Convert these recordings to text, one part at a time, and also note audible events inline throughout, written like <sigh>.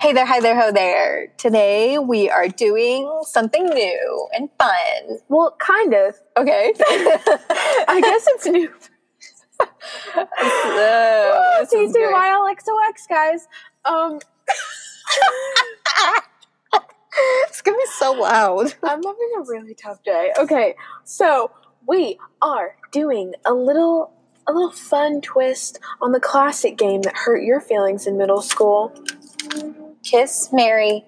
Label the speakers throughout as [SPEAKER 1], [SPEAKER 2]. [SPEAKER 1] Hey there, hi there, ho there. Today we are doing something new and fun.
[SPEAKER 2] Well, kind of.
[SPEAKER 1] Okay. <laughs>
[SPEAKER 2] I guess it's new.
[SPEAKER 1] Whoa, Oh,
[SPEAKER 2] <laughs>
[SPEAKER 1] this is great.
[SPEAKER 2] T2YLXOX, guys. Um,
[SPEAKER 1] It's gonna be so loud.
[SPEAKER 2] I'm having a really tough day. Okay, so we are doing a little a little fun twist on the classic game that hurt your feelings in middle school.
[SPEAKER 1] Kiss, Mary,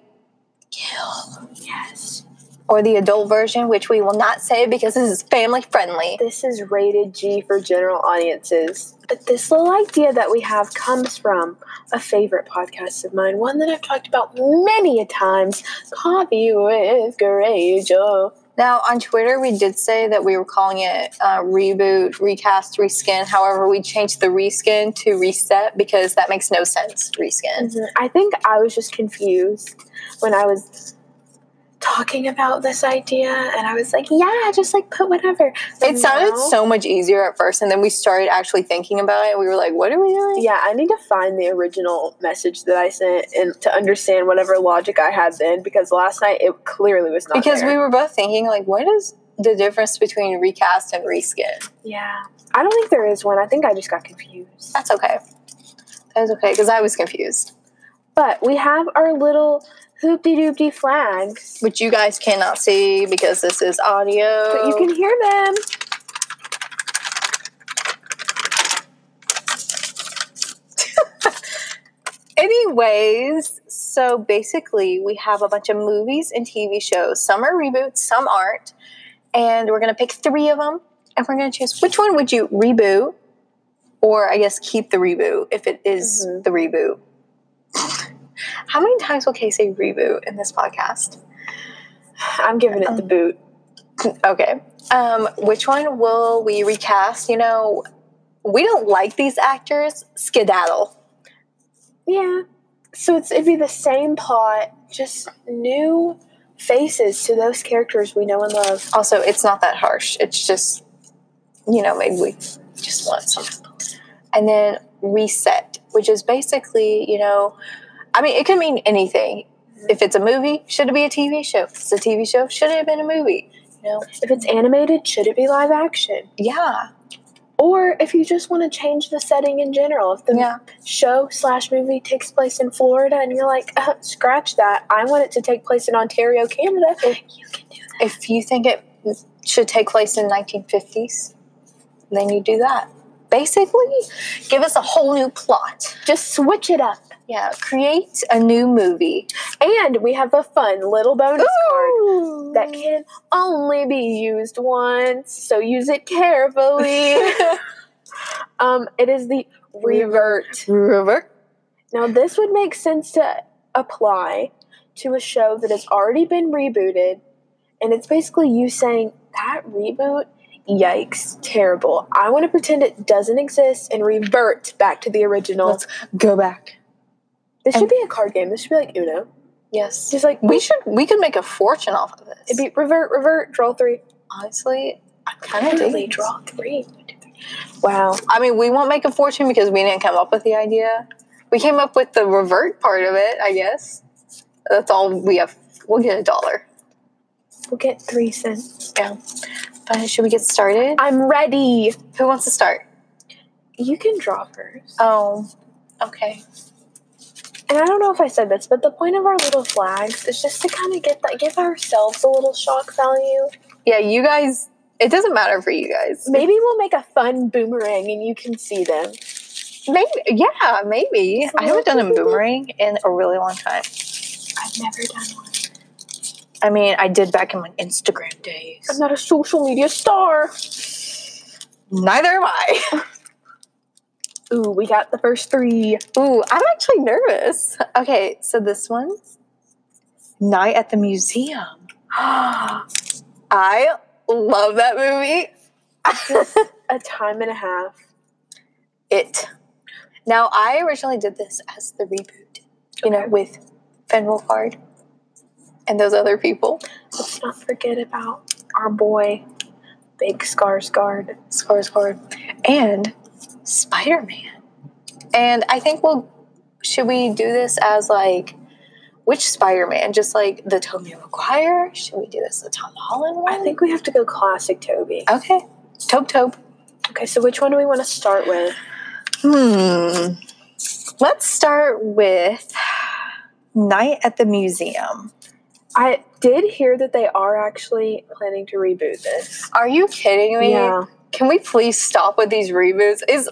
[SPEAKER 2] Yes.
[SPEAKER 1] or the adult version, which we will not say because this is family friendly.
[SPEAKER 2] This is rated G for general audiences. But this little idea that we have comes from a favorite podcast of mine, one that I've talked about many a times, Coffee with Courageous.
[SPEAKER 1] Now on Twitter, we did say that we were calling it uh, reboot, recast, reskin. However, we changed the reskin to reset because that makes no sense. Reskin.
[SPEAKER 2] Mhm. I think I was just confused when I was talking about this idea, and I was like, "Yeah, just like put whatever." But
[SPEAKER 1] It sounded
[SPEAKER 2] now-
[SPEAKER 1] so much easier at first, and then we started actually thinking about it. We were like, "What are we doing?"
[SPEAKER 2] Yeah, I need to find the original message that I sent and to understand whatever logic I had then, because last night it clearly was not.
[SPEAKER 1] because we
[SPEAKER 2] there.
[SPEAKER 1] were both thinking like, "What is the difference between recast and reskin?"
[SPEAKER 2] yeah, I don't think there is one. I think I just got confused.
[SPEAKER 1] That's okay. That was okay because I was confused.
[SPEAKER 2] But we have our little hoopty doopty flags,
[SPEAKER 1] Which you guys cannot see because this is audio.
[SPEAKER 2] but you can hear them.
[SPEAKER 1] Anyways, so basically, we have a bunch of movies and TV shows. Some are reboots, some aren't. And we're going to pick three of them and we're going to choose which one would you reboot or I guess keep the reboot if it is
[SPEAKER 2] Mhm.
[SPEAKER 1] the reboot. How many times will Kay say reboot in this podcast?
[SPEAKER 2] I'm giving
[SPEAKER 1] um,
[SPEAKER 2] it the boot.
[SPEAKER 1] Okay. Um, which one will we recast? You know, we don't like these actors. Skedaddle.
[SPEAKER 2] Yeah. So it's it'd be the same plot, just new faces to those characters we know and love.
[SPEAKER 1] Also, it's not that harsh. It's just, you know, maybe we just want something. And then reset, which is basically, you know, I mean, it could mean anything. If it's a movie, should it be a TV show? If it's a TV show, should it have been a movie? You know,
[SPEAKER 2] If it's animated, should it be live action?
[SPEAKER 1] yeah,
[SPEAKER 2] Or if you just want to change the setting in general, if the
[SPEAKER 1] yeah.
[SPEAKER 2] show slash movie takes place in Florida and you're like, uh, scratch that, I want it to take place in Ontario, Canada. You can do that.
[SPEAKER 1] If you think it should take place in 1950s, then you do that. Basically, give us a whole new plot.
[SPEAKER 2] Just switch it up.
[SPEAKER 1] Yeah, create a new movie.
[SPEAKER 2] And we have a fun little bonus card
[SPEAKER 1] Ooh.
[SPEAKER 2] that can only be used once, so use it carefully. <laughs> Um, it is the
[SPEAKER 1] <laughs>
[SPEAKER 2] reverse.
[SPEAKER 1] revert. Revert.
[SPEAKER 2] Now, this would make sense to apply to a show that has already been rebooted, and it's basically you saying that reboot, yikes, terrible. I want to pretend it doesn't exist and revert back to the original.
[SPEAKER 1] Let's go back.
[SPEAKER 2] this should be a card game. This should be like Uno.
[SPEAKER 1] Yes.
[SPEAKER 2] Just like
[SPEAKER 1] We should we could make a fortune off of this.
[SPEAKER 2] It'd be revert, revert, draw three.
[SPEAKER 1] honestly
[SPEAKER 2] I'm
[SPEAKER 1] kinda digging this.
[SPEAKER 2] draw three. Wow.
[SPEAKER 1] I mean we won't make a fortune because we didn't come up with the idea. We came up with the revert part of it, I guess. That's all we have we'll get a dollar.
[SPEAKER 2] We'll get three cents.
[SPEAKER 1] Yeah. But should we get started?
[SPEAKER 2] I'm ready.
[SPEAKER 1] Who wants to start?
[SPEAKER 2] You can draw first.
[SPEAKER 1] Oh. Okay.
[SPEAKER 2] and I don't know if I said this, but the point of our little flags is just to kind of get that, give ourselves a little shock value.
[SPEAKER 1] Yeah, you guys it doesn't matter for you guys.
[SPEAKER 2] Maybe we'll make a fun boomerang and you can see them.
[SPEAKER 1] Maybe yeah, maybe. I haven't done a boomerang in a really long time.
[SPEAKER 2] I've never done one.
[SPEAKER 1] I mean, I did back in my Instagram days.
[SPEAKER 2] I'm not a social media star.
[SPEAKER 1] Neither am I. <laughs>
[SPEAKER 2] Ooh, we got the first three.
[SPEAKER 1] Ooh, I'm actually nervous. Okay, so this one's Night at the Museum. <gasps>
[SPEAKER 2] a
[SPEAKER 1] I love that movie.
[SPEAKER 2] time and a half.
[SPEAKER 1] it. Now, I originally did this as the reboot, you know, with Ben Wolfhard and those other people.
[SPEAKER 2] Let's not forget about our boy, Big Skarsgård.
[SPEAKER 1] Score, score. And Spider Man. And I think we'll, should we do this as like Which Spider Man? Just like the Tobey Maguire? Should we do this the Tom Holland one?
[SPEAKER 2] I think we have to go classic Toby.
[SPEAKER 1] Okay. Tobe Tobe.
[SPEAKER 2] Okay, so which one do we want to start with?
[SPEAKER 1] Hmm. Let's start with Night at the Museum.
[SPEAKER 2] I did hear that they are actually planning to reboot this.
[SPEAKER 1] Are you kidding me? Can we please stop with these reboots? Is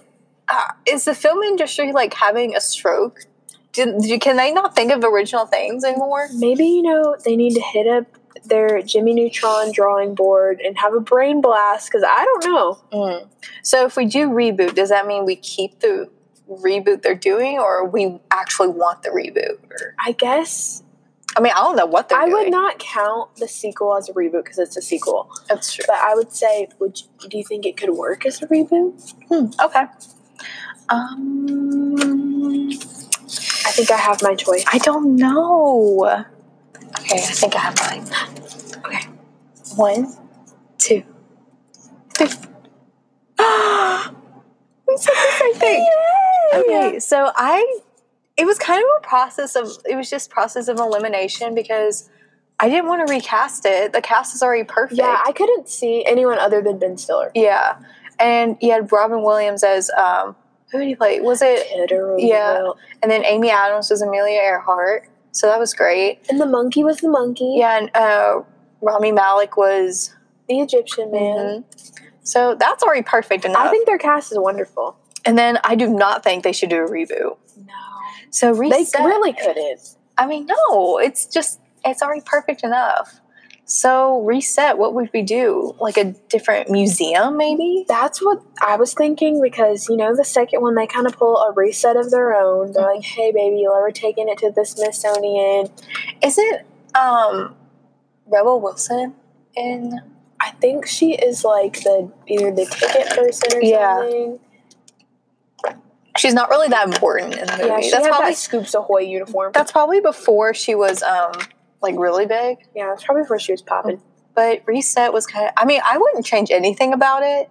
[SPEAKER 1] uh, is the film industry like having a stroke? Did, did- can they not think of original things anymore?
[SPEAKER 2] Maybe, you know, they need to hit up their Jimmy Neutron drawing board and have a brain blast because I don't know.
[SPEAKER 1] Mm. So if we do reboot, does that mean we keep the reboot they're doing, or we actually want the reboot? Or,
[SPEAKER 2] I guess
[SPEAKER 1] I mean, I don't know what they're
[SPEAKER 2] I
[SPEAKER 1] doing.
[SPEAKER 2] would not count the sequel as a reboot because it's a sequel.
[SPEAKER 1] That's true.
[SPEAKER 2] But I would say, would you, do you think it could work as a reboot?
[SPEAKER 1] Hmm, okay. Um,
[SPEAKER 2] I think I have my choice.
[SPEAKER 1] I don't know. Okay, I think I have mine. Okay, one, two, three. <gasps> we said the same thing. Okay, so I, it was kind of a process of, it was just process of elimination because I didn't want to recast it. The cast is already perfect.
[SPEAKER 2] Yeah, I couldn't see anyone other than Ben Stiller.
[SPEAKER 1] yeah, and you had Robin Williams as um, who did he play? Was it? Yeah. And then Amy Adams was Amelia Earhart, so that was great.
[SPEAKER 2] And the monkey was the monkey.
[SPEAKER 1] Yeah, and uh, Rami Malik was.
[SPEAKER 2] The Egyptian man.
[SPEAKER 1] Mhm. So that's already perfect enough.
[SPEAKER 2] I think their cast is wonderful.
[SPEAKER 1] and then I do not think they should do a reboot.
[SPEAKER 2] No.
[SPEAKER 1] So
[SPEAKER 2] They
[SPEAKER 1] reset.
[SPEAKER 2] really couldn't.
[SPEAKER 1] I mean, no, it's just it's already perfect enough. So reset. What would we do? Like a different museum, maybe?
[SPEAKER 2] That's what I was thinking because, you know, the second one, they kind of pull a reset of their own. They're like, hey, baby, we're taking it to the Smithsonian.
[SPEAKER 1] Isn't um, Rebel Wilson in?
[SPEAKER 2] I think she is like the either the ticket person or
[SPEAKER 1] Yeah.
[SPEAKER 2] something.
[SPEAKER 1] She's not really that important in the movie.
[SPEAKER 2] Yeah, she
[SPEAKER 1] that's
[SPEAKER 2] had
[SPEAKER 1] probably
[SPEAKER 2] that Scoops Ahoy uniform.
[SPEAKER 1] that's probably before she was um like really big.
[SPEAKER 2] yeah, that's probably before she was popping.
[SPEAKER 1] But reset was kind of. I mean, I wouldn't change anything about it.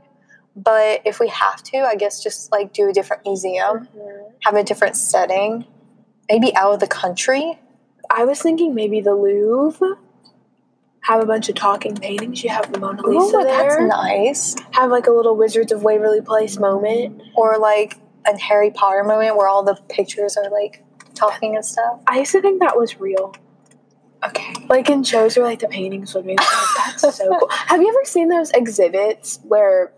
[SPEAKER 1] But if we have to, I guess just like do a different museum, have a different setting, maybe out of the country.
[SPEAKER 2] I was thinking maybe the Louvre. Have a bunch of talking paintings. You have the Mona Lisa
[SPEAKER 1] Ooh,
[SPEAKER 2] there.
[SPEAKER 1] that's nice.
[SPEAKER 2] have like a little Wizards of Waverly Place moment.
[SPEAKER 1] Or like an Harry Potter moment where all the pictures are like talking and stuff.
[SPEAKER 2] I used to think that was real.
[SPEAKER 1] Okay.
[SPEAKER 2] Like in shows where like the paintings would be like, that's so cool. Have you ever seen those exhibits where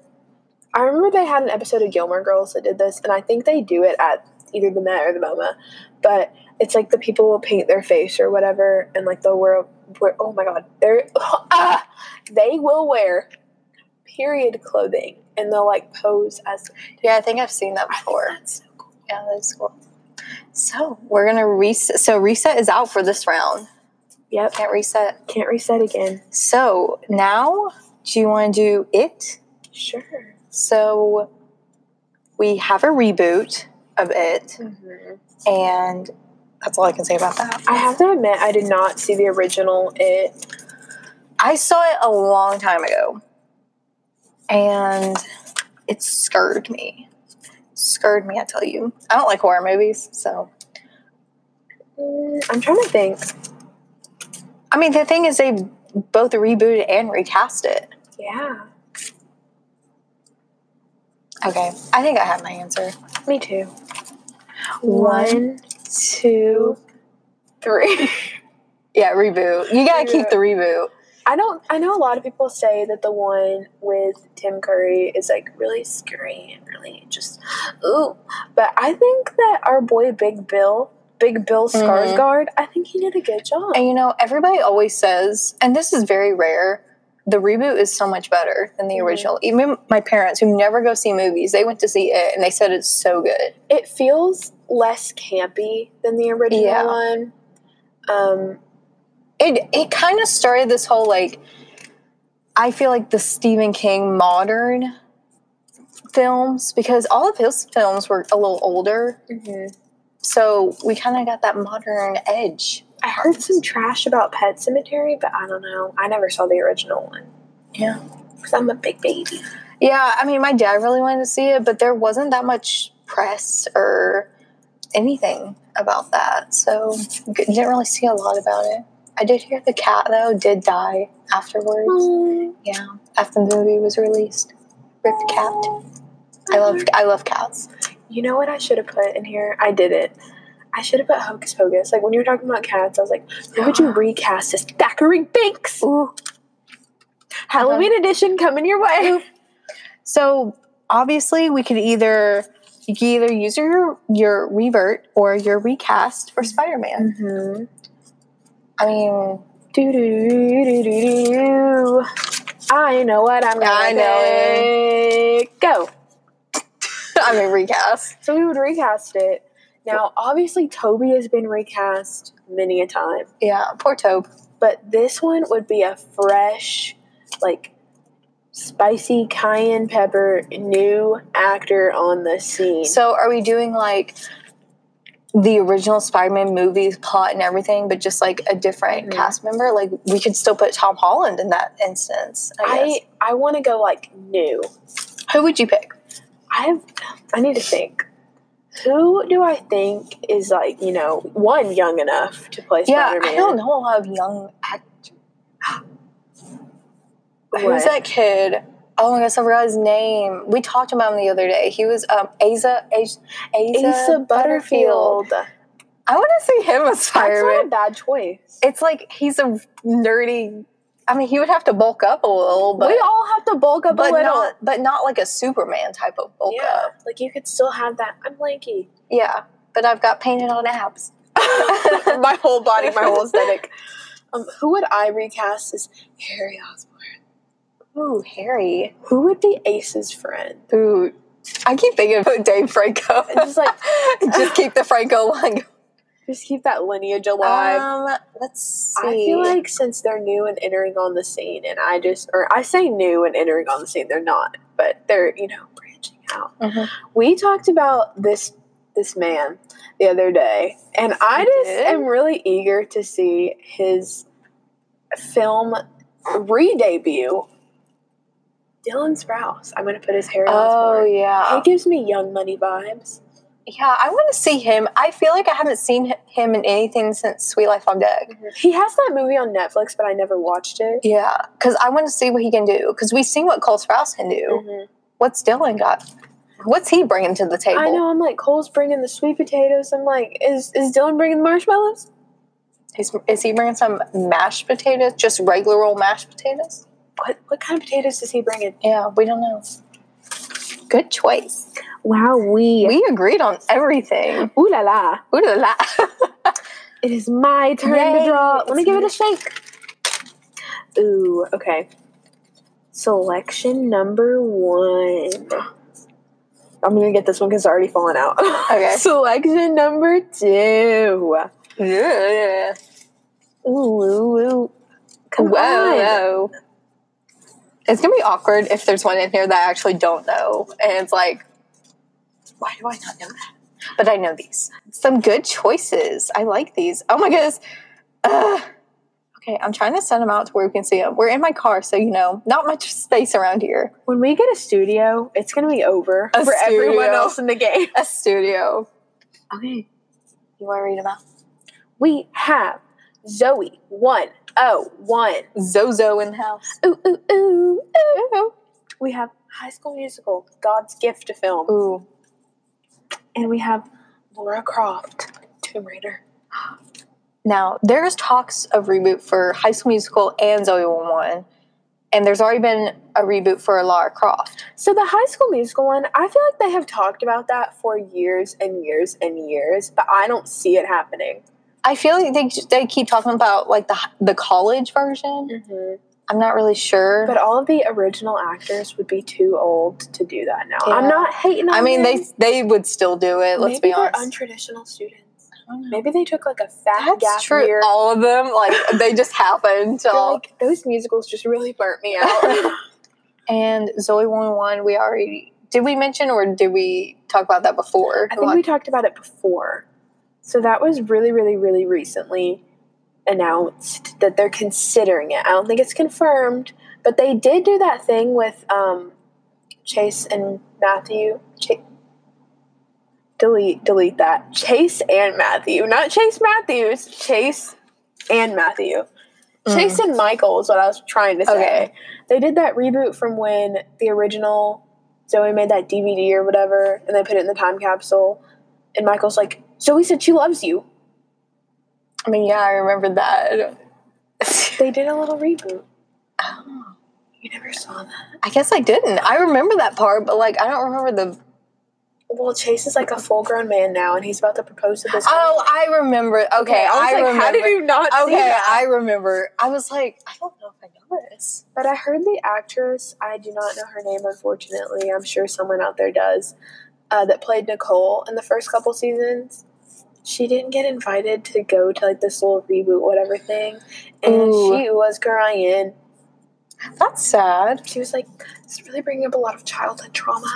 [SPEAKER 2] I remember they had an episode of Gilmore Girls that did this, and I think they do it at either the Met or the MoMA, but it's like the people will paint their face or whatever, and like they'll wear, wear oh my god, they're, <laughs> ah, they will wear period clothing, and they'll like pose as
[SPEAKER 1] Yeah, I think I've seen that before. Yeah, that's cool. So we're gonna reset. So reset is out for this round.
[SPEAKER 2] Yep,
[SPEAKER 1] Can't reset.
[SPEAKER 2] can't reset again.
[SPEAKER 1] So now, do you want to do it?
[SPEAKER 2] Sure.
[SPEAKER 1] So we have a reboot of it, and that's all I can say about that.
[SPEAKER 2] I have to admit, I did not see the original It.
[SPEAKER 1] I saw it a long time ago, and it scared me. Scared me, I tell you. I don't like horror movies, so
[SPEAKER 2] Mm, I'm trying to think.
[SPEAKER 1] I mean the thing is they both rebooted and recast it.
[SPEAKER 2] Yeah,
[SPEAKER 1] Okay, I think I have my answer.
[SPEAKER 2] me too.
[SPEAKER 1] One,
[SPEAKER 2] two, three. <laughs>
[SPEAKER 1] Yeah, reboot. You gotta keep the reboot.
[SPEAKER 2] I don't. I know a lot of people say that the one with Tim Curry is like really scary and really just ooh. But I think that our boy Big Bill, Big Bill
[SPEAKER 1] Mhm.
[SPEAKER 2] Skarsgård, I think he did a good job.
[SPEAKER 1] And you know, everybody always says, and this is very rare, the reboot is so much better than the
[SPEAKER 2] Mhm.
[SPEAKER 1] original. Even my parents, who never go see movies, they went to see it and they said it's so good.
[SPEAKER 2] it feels less campy than the original
[SPEAKER 1] Yeah.
[SPEAKER 2] one. Um,
[SPEAKER 1] It it kind of started this whole like, I feel like the Stephen King modern films because all of his films were a little older,
[SPEAKER 2] Mm-hmm.
[SPEAKER 1] so we kind of got that modern edge.
[SPEAKER 2] I heard some trash about Pet Cemetery, but I don't know. I never saw the original one
[SPEAKER 1] Yeah.
[SPEAKER 2] because I'm a big baby.
[SPEAKER 1] Yeah, I mean, my dad really wanted to see it, but there wasn't that much press or anything. about that, so g- didn't really see a lot about it. I did hear the cat though did die afterwards.
[SPEAKER 2] Oh.
[SPEAKER 1] Yeah, after the movie was released, Rip Cat. I love I love cats.
[SPEAKER 2] You know what I should have put in here? I didn't. I should have put Hocus Pocus. Like when you were talking about cats, I was like, who would you recast as Thackeray Binks?
[SPEAKER 1] Ooh.
[SPEAKER 2] Halloween edition coming your way.
[SPEAKER 1] So obviously, we could either you could either use your your revert or your recast for Spider Man.
[SPEAKER 2] Mm-hmm.
[SPEAKER 1] I mean, <laughs>
[SPEAKER 2] Do do do do do do. I know what I'm gonna
[SPEAKER 1] I know
[SPEAKER 2] pick. Go.
[SPEAKER 1] I mean recast.
[SPEAKER 2] So we would recast it. Now, obviously, Toby has been recast many a time,
[SPEAKER 1] Yeah, poor Tobe.
[SPEAKER 2] but this one would be a fresh, like, spicy cayenne pepper new actor on the scene.
[SPEAKER 1] So are we doing like the original Spider Man movies plot and everything, but just like a different
[SPEAKER 2] Mhm.
[SPEAKER 1] cast member? Like we could still put Tom Holland in that instance. I, guess.
[SPEAKER 2] I I want to go like new.
[SPEAKER 1] who would you pick?
[SPEAKER 2] I have I need to think. Who do I think is like you know one young enough to play
[SPEAKER 1] Yeah,
[SPEAKER 2] Spider-Man?
[SPEAKER 1] I don't know a lot of young
[SPEAKER 2] <gasps>
[SPEAKER 1] actors. Who's
[SPEAKER 2] What?
[SPEAKER 1] that kid? Oh my gosh, I forgot his name. We talked about him the other day. He was um Asa Asa,
[SPEAKER 2] Asa Butterfield.
[SPEAKER 1] I want to see him as
[SPEAKER 2] That's not a
[SPEAKER 1] Spider-Man.
[SPEAKER 2] bad choice.
[SPEAKER 1] It's like he's a nerdy. I mean, he would have to bulk up a little, but
[SPEAKER 2] we all have to bulk up
[SPEAKER 1] but
[SPEAKER 2] a little.
[SPEAKER 1] not but not like a Superman type of bulk
[SPEAKER 2] yeah,
[SPEAKER 1] up.
[SPEAKER 2] like you could still have that. I'm lanky.
[SPEAKER 1] Yeah, but I've got painted on
[SPEAKER 2] <laughs>
[SPEAKER 1] abs. <laughs>
[SPEAKER 2] my whole body, my <laughs> whole aesthetic. Um, who would I recast as Harry Osborn?
[SPEAKER 1] Ooh, Harry.
[SPEAKER 2] Who would be Ace's friend?
[SPEAKER 1] Ooh, I keep thinking about Dave Franco. <laughs>
[SPEAKER 2] And just like
[SPEAKER 1] Just keep the Franco one. going.
[SPEAKER 2] just keep that lineage alive.
[SPEAKER 1] Um, let's see.
[SPEAKER 2] I feel like since they're new and entering on the scene, and I just, or I say new and entering on the scene, they're not, but they're you know branching out.
[SPEAKER 1] Mhm.
[SPEAKER 2] We talked about this this man the other day, and I
[SPEAKER 1] We
[SPEAKER 2] just
[SPEAKER 1] did?
[SPEAKER 2] am really eager to see his film re debut. Dylan Sprouse. I'm gonna put his hair
[SPEAKER 1] Oh
[SPEAKER 2] on.
[SPEAKER 1] yeah,
[SPEAKER 2] He gives me young money vibes.
[SPEAKER 1] yeah. I want to see him. I feel like I haven't seen hi- him in anything since Sweet Life on Deck.
[SPEAKER 2] He has that movie on Netflix, but I never watched it.
[SPEAKER 1] Yeah, because I want to see what he can do. Because we've seen what Cole Sprouse can do. What's Dylan got? What's he bringing to the table?
[SPEAKER 2] I know. I'm like Cole's bringing the sweet potatoes. I'm like, is is Dylan bringing the marshmallows?
[SPEAKER 1] Is, is he bringing some mashed potatoes? Just regular old mashed potatoes?
[SPEAKER 2] What what kind of potatoes is he bringing?
[SPEAKER 1] Yeah, we don't know. Good choice.
[SPEAKER 2] Wow, we
[SPEAKER 1] We agreed on everything.
[SPEAKER 2] ooh la la!
[SPEAKER 1] Ooh la <laughs> la.
[SPEAKER 2] It is my turn
[SPEAKER 1] Yay,
[SPEAKER 2] to draw. Let me
[SPEAKER 1] it's
[SPEAKER 2] give it
[SPEAKER 1] me.
[SPEAKER 2] a shake. Ooh, okay. Selection number one. I'm gonna get this one because it's already fallen out. <laughs>
[SPEAKER 1] Okay.
[SPEAKER 2] Selection number two.
[SPEAKER 1] yeah.
[SPEAKER 2] Ooh, ooh, ooh.
[SPEAKER 1] Whoa,
[SPEAKER 2] Come on.
[SPEAKER 1] whoa. It's gonna be awkward if there's one in here that I actually don't know, and it's like, why do I not know that? But I know these. Some good choices. I like these. Oh my goodness. Ugh. Okay, I'm trying to send them out to where we can see them. We're in my car, so you know, not much space around here.
[SPEAKER 2] When we get a studio, it's gonna be over
[SPEAKER 1] A
[SPEAKER 2] for everyone
[SPEAKER 1] studio.
[SPEAKER 2] else in the game.
[SPEAKER 1] A studio.
[SPEAKER 2] Okay.
[SPEAKER 1] You want to read them out?
[SPEAKER 2] We have Zoe one oh one.
[SPEAKER 1] Zozo in the house.
[SPEAKER 2] Ooh ooh ooh ooh. We have High School Musical, God's Gift to Film,
[SPEAKER 1] Ooh,
[SPEAKER 2] and we have Laura Croft, Tomb Raider.
[SPEAKER 1] Now, there's talks of reboot for High School Musical and Zoe 101, and there's already been a reboot for Lara Croft.
[SPEAKER 2] So the High School Musical one, I feel like they have talked about that for years and years and years, but I don't see it happening.
[SPEAKER 1] I feel like they, they keep talking about like the the college version. I'm not really sure.
[SPEAKER 2] But all of the original actors would be too old to do that now. I'm
[SPEAKER 1] Yeah.
[SPEAKER 2] not hating. On
[SPEAKER 1] I mean,
[SPEAKER 2] them.
[SPEAKER 1] they they would still do it. Let's
[SPEAKER 2] Maybe
[SPEAKER 1] be honest.
[SPEAKER 2] they're untraditional students. Maybe they took like a fat gap
[SPEAKER 1] That's true. Oh,
[SPEAKER 2] year.
[SPEAKER 1] All of them, like
[SPEAKER 2] <laughs>
[SPEAKER 1] they just happened.
[SPEAKER 2] They're
[SPEAKER 1] All.
[SPEAKER 2] like, those musicals just really
[SPEAKER 1] <laughs>
[SPEAKER 2] burnt me out.
[SPEAKER 1] and Zoe 101, we already did we mention or did we talk about that before?
[SPEAKER 2] I think we talked about it before. So that was really, really, really recently announced that they're considering it. I don't think it's confirmed, but they did do that thing with um, Chase and Matthew. Cha- delete, delete that. Chase and Matthew, not Chase Matthews, Chase and Matthew. Chase and Michael is what I was trying to say.
[SPEAKER 1] Okay.
[SPEAKER 2] They did that reboot from when the original Zoe made that DVD or whatever, and they put it in the time capsule. And Michael's like, Zoe said she loves you.
[SPEAKER 1] I mean, yeah, I remember that. <laughs>
[SPEAKER 2] They did a little reboot.
[SPEAKER 1] Oh,
[SPEAKER 2] You never saw that.
[SPEAKER 1] I guess I didn't. I remember that part, but like I don't remember the.
[SPEAKER 2] Well, Chase is like a full grown man now, and he's about to propose to this.
[SPEAKER 1] Oh, I remember. Okay,
[SPEAKER 2] I was like,
[SPEAKER 1] remember.
[SPEAKER 2] how did you not see
[SPEAKER 1] Okay,
[SPEAKER 2] that?
[SPEAKER 1] I remember. I was like, I don't know if I know this.
[SPEAKER 2] But I heard the actress, I do not know her name, unfortunately. I'm sure someone out there does, uh, that played Nicole in the first couple seasons. She didn't get invited to go to like this little reboot, whatever thing. And
[SPEAKER 1] Ooh.
[SPEAKER 2] she was crying.
[SPEAKER 1] That's sad.
[SPEAKER 2] She was like, it's really bringing up a lot of childhood trauma.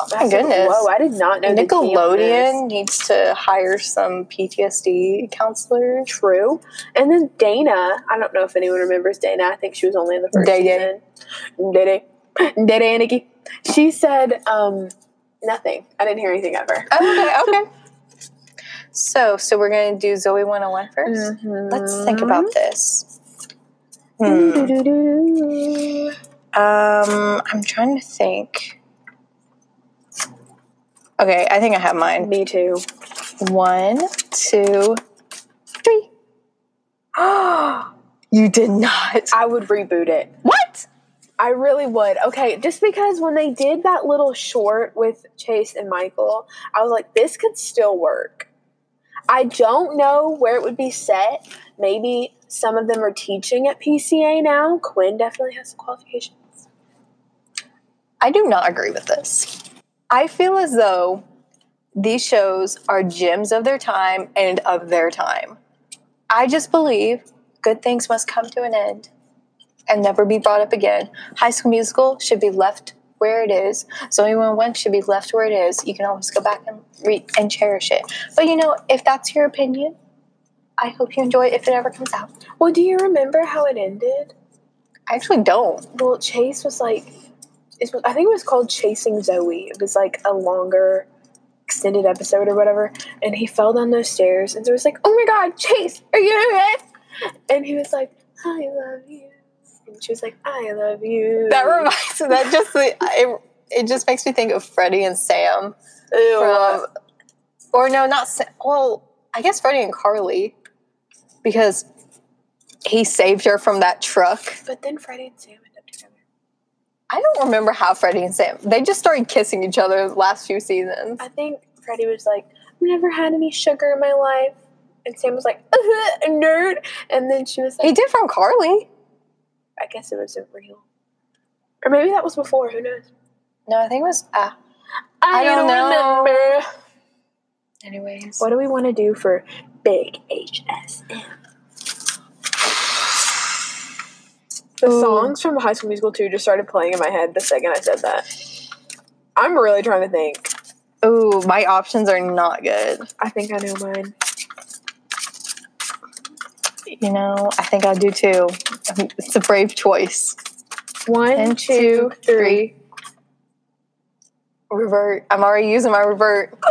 [SPEAKER 2] Oh
[SPEAKER 1] my goodness.
[SPEAKER 2] Whoa, I did not know the tea on this.
[SPEAKER 1] Nickelodeon needs to hire some PTSD counselors.
[SPEAKER 2] True. And then Dana, I don't know if anyone remembers Dana. I think she was only in the first
[SPEAKER 1] Day Day.
[SPEAKER 2] season. Day <coughs> Day. Day Day and Nikki. She said um, nothing. I didn't hear anything of her.
[SPEAKER 1] Oh, okay, okay. <laughs> So, so we're gonna do Zoe 101 1st let
[SPEAKER 2] Mm-hmm.
[SPEAKER 1] Let's think about this. Hmm.
[SPEAKER 2] Do-do-do-do.
[SPEAKER 1] Um, I'm trying to think. Okay, I think I have mine.
[SPEAKER 2] Me too.
[SPEAKER 1] One, two, three. <gasps> Oh, you did not.
[SPEAKER 2] I would reboot it.
[SPEAKER 1] What?
[SPEAKER 2] I really would. Okay, just because when they did that little short with Chase and Michael, I was like, this could still work. I don't know where it would be set. Maybe some of them are teaching at PCA now. Quinn definitely has the qualifications.
[SPEAKER 1] I do not agree with this. I feel as though these shows are gems of their time and of their time. I just believe good things must come to an end and never be brought up again. High School Musical should be left where it is. Zoe 101 should be left where it is. You can always go back and re- and cherish it. But you know, if that's your opinion, I hope you enjoy it if it ever comes out.
[SPEAKER 2] Well, do you remember how it ended?
[SPEAKER 1] I actually don't.
[SPEAKER 2] Well, Chase was like, it was, I think it was called Chasing Zoe. It was like a longer, extended episode or whatever. And he fell down those stairs, and so it was like, "Oh my God, Chase, are you okay?" And he was like, "I love you," and she was like, "I love you."
[SPEAKER 1] That reminds me. That just it, it just makes me think of Freddie and Sam
[SPEAKER 2] Ew.
[SPEAKER 1] from, or no, not Sa- well. I guess Freddie and Carly, because he saved her from that truck.
[SPEAKER 2] but then Freddie and Sam end up together.
[SPEAKER 1] I don't remember how Freddie and Sam. They just started kissing each other the last few seasons.
[SPEAKER 2] I think Freddie was like, I've never had any sugar in my life. And Sam was like, <laughs> nerd. And then she was like,
[SPEAKER 1] He did from Carly.
[SPEAKER 2] I guess it wasn't real. Or maybe that was before, who knows?
[SPEAKER 1] No, I think it was. Uh, I don't know. anyways,
[SPEAKER 2] What do we want to do for Big HSM? The
[SPEAKER 1] Ooh.
[SPEAKER 2] songs from High School Musical 2 just started playing in my head the second I said that. I'm really trying to think.
[SPEAKER 1] Ooh, my options are not good.
[SPEAKER 2] I think I know mine.
[SPEAKER 1] You know, I think I do too. It's a brave choice.
[SPEAKER 2] One,
[SPEAKER 1] And two,
[SPEAKER 2] two,
[SPEAKER 1] three.
[SPEAKER 2] three.
[SPEAKER 1] Revert. I'm already using my revert. <sighs>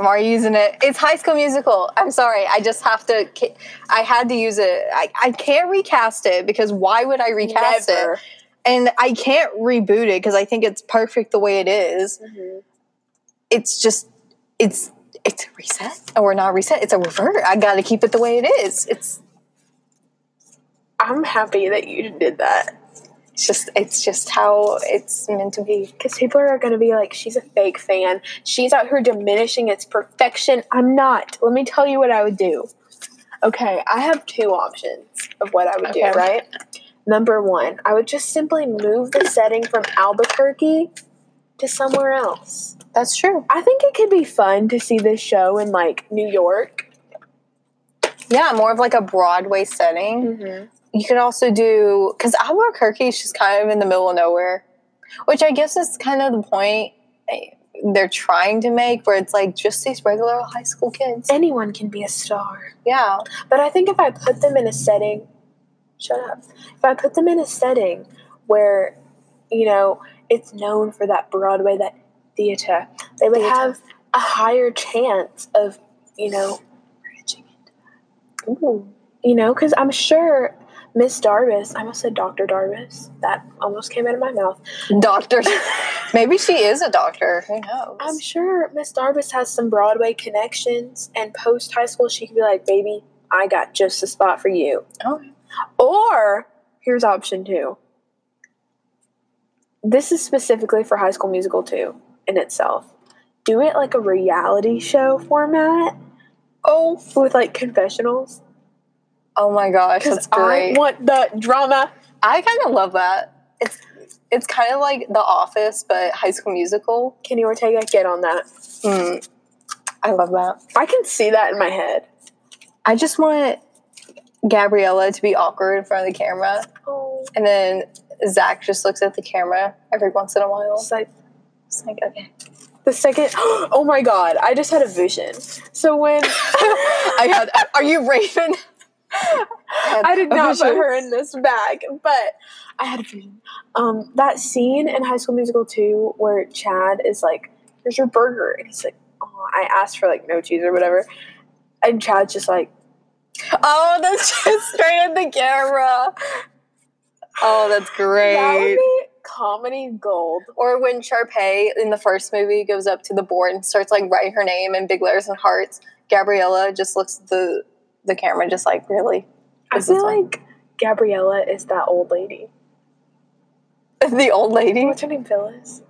[SPEAKER 1] I'm already using it. It's High School Musical. I'm sorry. I just have to. ca- I had to use it. I, I can't recast it because why would I recast
[SPEAKER 2] Never.
[SPEAKER 1] it? And I can't reboot it because I think it's perfect the way it is.
[SPEAKER 2] Mhm.
[SPEAKER 1] It's just, it's it's a reset or not a reset. It's a revert. I got to keep it the way it is. It's
[SPEAKER 2] I'm happy that you did that.
[SPEAKER 1] it's just it's just how it's meant to be.
[SPEAKER 2] Because people are going to be like, she's a fake fan. She's out here diminishing its perfection. I'm not. Let me tell you what I would do. Okay, I have two options of what I would
[SPEAKER 1] Okay.
[SPEAKER 2] do, right? Number one, I would just simply move the setting from Albuquerque to somewhere else.
[SPEAKER 1] That's true.
[SPEAKER 2] I think it could be fun to see this show in like New York.
[SPEAKER 1] Yeah, more of like a Broadway setting.
[SPEAKER 2] Mm-hmm.
[SPEAKER 1] you could also do because Albuquerque is just kind of in the middle of nowhere, which I guess is kind of the point eh, they're trying to make, where it's like just these regular high school kids.
[SPEAKER 2] Anyone can be a star.
[SPEAKER 1] Yeah,
[SPEAKER 2] But I think if I put them in a setting, shut up. If I put them in a setting where, you know, it's known for that Broadway, that theater, they would
[SPEAKER 1] Theater.
[SPEAKER 2] have a higher chance of, you know,
[SPEAKER 1] Ooh.
[SPEAKER 2] you know, because I'm sure Miss Darvis, I almost said Dr. Darvis, that almost came out of my mouth.
[SPEAKER 1] Doctor. <laughs> Maybe she is a doctor. Who knows?
[SPEAKER 2] I'm sure Miss Darvis has some Broadway connections, and post high school, she could be like, baby, I got just the spot for you.
[SPEAKER 1] Oh.
[SPEAKER 2] Or here's option two. This is specifically for High School Musical 2 in itself. Do it like a reality show format. Oh, with like confessionals.
[SPEAKER 1] Oh my gosh, that's
[SPEAKER 2] Because
[SPEAKER 1] great.
[SPEAKER 2] I want the drama.
[SPEAKER 1] I kind of love that. It's it's kind of like The Office, but High School Musical.
[SPEAKER 2] Kenny Ortega, get on that.
[SPEAKER 1] Mm, I love that.
[SPEAKER 2] I can see that in my head.
[SPEAKER 1] I just want Gabriella to be awkward in front of the camera,
[SPEAKER 2] Oh,
[SPEAKER 1] and then Zach just looks at the camera every once in a while.
[SPEAKER 2] it's like
[SPEAKER 1] It's like, okay.
[SPEAKER 2] the second. <gasps> Oh my god, I just had a vision. So when <laughs>
[SPEAKER 1] I had. Are you Raven?
[SPEAKER 2] <laughs> I did not put
[SPEAKER 1] vision.
[SPEAKER 2] her in this bag, but I had a vision. Um, that scene in High School Musical 2 where Chad is like, "Here's your burger," and he's like, oh, "I asked for like no cheese or whatever," and Chad's just like,
[SPEAKER 1] Oh, that's just straight at the camera. Oh, that's great.
[SPEAKER 2] "That would be comedy gold."
[SPEAKER 1] Or when Sharpay in the first movie goes up to the board and starts like writing her name in big letters and hearts, Gabriella just looks at the the camera just like really. <laughs>
[SPEAKER 2] I
[SPEAKER 1] This is
[SPEAKER 2] feel
[SPEAKER 1] fun.
[SPEAKER 2] like Gabriella is that old lady.
[SPEAKER 1] the old lady.
[SPEAKER 2] What's her name, Phyllis?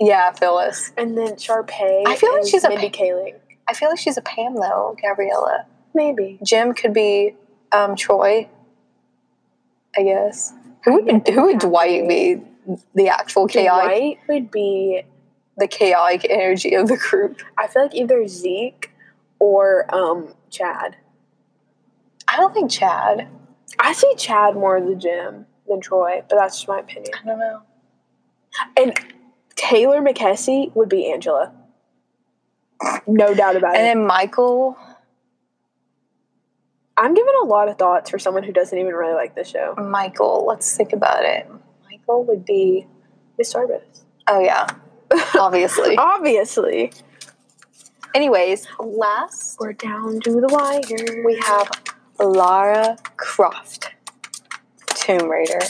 [SPEAKER 1] Yeah, Phyllis.
[SPEAKER 2] And then Sharpay.
[SPEAKER 1] I feel like
[SPEAKER 2] is
[SPEAKER 1] she's a
[SPEAKER 2] Mindy
[SPEAKER 1] pa-
[SPEAKER 2] Kaling.
[SPEAKER 1] I feel like she's a Pam though, Gabriella.
[SPEAKER 2] Maybe.
[SPEAKER 1] Jim could be um, Troy. I guess. Who would who would Dwight be? The actual chaotic,
[SPEAKER 2] Dwight would be.
[SPEAKER 1] the chaotic energy of the group.
[SPEAKER 2] I feel like either Zeke or um, Chad.
[SPEAKER 1] I don't think Chad.
[SPEAKER 2] I see Chad more in the gym than Troy, but that's just my opinion.
[SPEAKER 1] I don't know.
[SPEAKER 2] And Taylor McKessie would be Angela. No doubt about
[SPEAKER 1] And
[SPEAKER 2] it.
[SPEAKER 1] then Michael.
[SPEAKER 2] I'm giving a lot of thoughts for someone who doesn't even really like the show.
[SPEAKER 1] Michael. Let's think about it. Michael would be.
[SPEAKER 2] Miss Arbus.
[SPEAKER 1] Oh yeah, <laughs> obviously.
[SPEAKER 2] Obviously.
[SPEAKER 1] Anyways, last
[SPEAKER 2] We're down to the wire.
[SPEAKER 1] we have Lara Croft, Tomb Raider.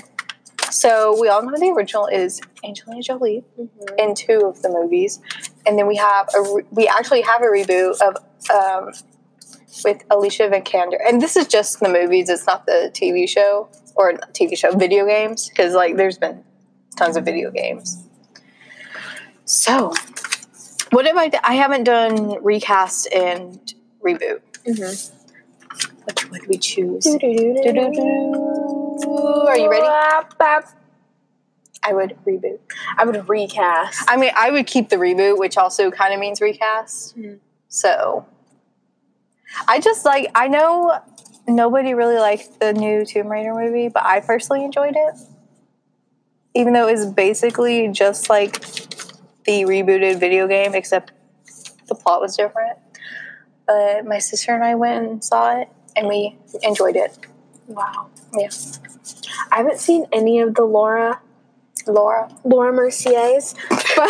[SPEAKER 1] So we all know the original is Angelina Jolie
[SPEAKER 2] Mhm.
[SPEAKER 1] in two of the movies, and then we have a re- we actually have a reboot of um, with Alicia Vikander, and this is just the movies. It's not the TV show or not TV show video games because like there's been tons of video games. So, what have I? d- I haven't done recast and reboot.
[SPEAKER 2] Mhm.
[SPEAKER 1] Which would we choose?
[SPEAKER 2] Do-do-do-do-do.
[SPEAKER 1] Are you ready?
[SPEAKER 2] Bap, bap.
[SPEAKER 1] I would reboot.
[SPEAKER 2] I would recast.
[SPEAKER 1] I mean, I would keep the reboot, which also kind of means recast.
[SPEAKER 2] Mhm.
[SPEAKER 1] So I just like, I know nobody really liked the new Tomb Raider movie, but I personally enjoyed it. Even though it was basically just like the rebooted video game, except the plot was different. But my sister and I went and saw it, and we enjoyed it.
[SPEAKER 2] Wow.
[SPEAKER 1] Yeah.
[SPEAKER 2] I haven't seen any of the Laura
[SPEAKER 1] Laura.
[SPEAKER 2] Laura Mercier's, <laughs> but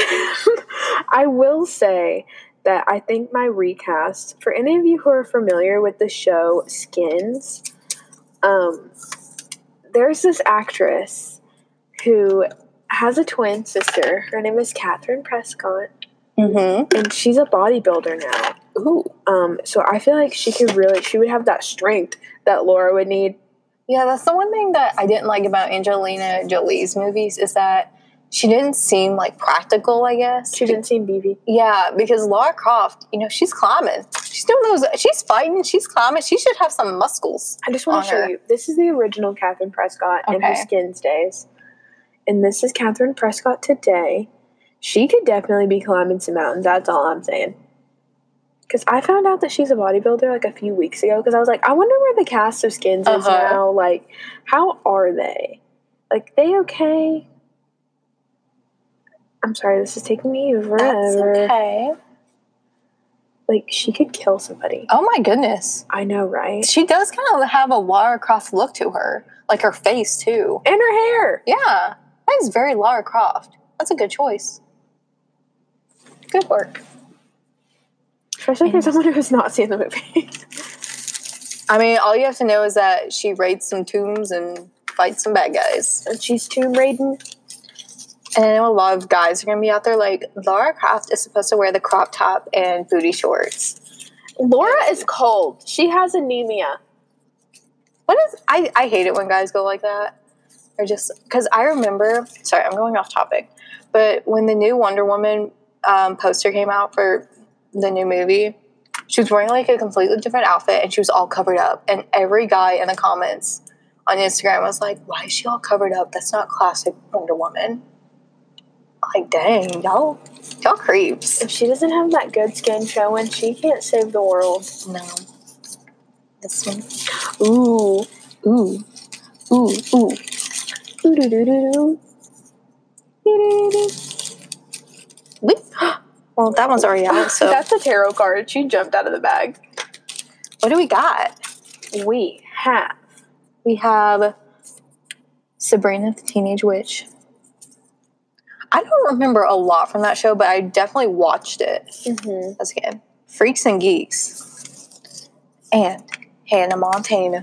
[SPEAKER 2] I will say that I think my recast for any of you who are familiar with the show Skins, um, there's this actress who has a twin sister. Her name is Catherine Prescott,
[SPEAKER 1] Mm
[SPEAKER 2] and she's a bodybuilder now.
[SPEAKER 1] hmm. Ooh.
[SPEAKER 2] Um, so I feel like she could really, she would have that strength that Laura would need.
[SPEAKER 1] Yeah, that's the one thing that I didn't like about Angelina Jolie's movies is that she didn't seem like practical, I guess.
[SPEAKER 2] She didn't seem BB.
[SPEAKER 1] Yeah, because Laura Croft, you know, she's climbing. She's doing those she's fighting, she's climbing. She should have some muscles.
[SPEAKER 2] I just want
[SPEAKER 1] on
[SPEAKER 2] to show
[SPEAKER 1] her.
[SPEAKER 2] you. This is the original Catherine Prescott in her
[SPEAKER 1] Okay.
[SPEAKER 2] skins days. And this is Catherine Prescott today. She could definitely be climbing some mountains. That's all I'm saying. Because I found out that she's a bodybuilder like a few weeks ago. Because I was like, I wonder where the cast of skins is
[SPEAKER 1] Uh-huh.
[SPEAKER 2] now. Like, how are they? Like, they okay? I'm sorry, this is taking me forever.
[SPEAKER 1] okay.
[SPEAKER 2] Like, she could kill somebody.
[SPEAKER 1] Oh my goodness.
[SPEAKER 2] I know, right?
[SPEAKER 1] She does kind of have a Lara Croft look to her. Like her face too.
[SPEAKER 2] And her hair.
[SPEAKER 1] Yeah. That is very Lara Croft. That's a good choice. Good work.
[SPEAKER 2] Especially for
[SPEAKER 1] And-
[SPEAKER 2] someone who's not seen the movie. <laughs>
[SPEAKER 1] I mean, all you have to know is that she raids some tombs and fights some bad guys.
[SPEAKER 2] and she's Tomb Raiden.
[SPEAKER 1] And I know a lot of guys are going to be out there like, Lara Croft is supposed to wear the crop top and booty shorts.
[SPEAKER 2] Laura is cold. She has anemia.
[SPEAKER 1] What is, I, I hate it when guys go like that. Or just, because I remember, sorry, I'm going off topic, but when the new Wonder Woman um, poster came out for the new movie, she was wearing like a completely different outfit and she was all covered up. And every guy in the comments on Instagram was like, why is she all covered up? That's not classic Wonder Woman. Like, dang, y'all, y'all creeps.
[SPEAKER 2] If she doesn't have that good skin showing, she can't save the world.
[SPEAKER 1] No. This one.
[SPEAKER 2] Ooh.
[SPEAKER 1] Ooh. Ooh, ooh.
[SPEAKER 2] Ooh doo doo doo doo.
[SPEAKER 1] Whoop. <gasps> Well, that one's already out. <laughs> So,
[SPEAKER 2] That's a tarot card. She jumped out of the bag.
[SPEAKER 1] what do we got?
[SPEAKER 2] We have
[SPEAKER 1] We have Sabrina the Teenage Witch. I don't remember a lot from that show, but I definitely watched it
[SPEAKER 2] mm-hmm.
[SPEAKER 1] as a kid. Freaks and Geeks. And Hannah Montana.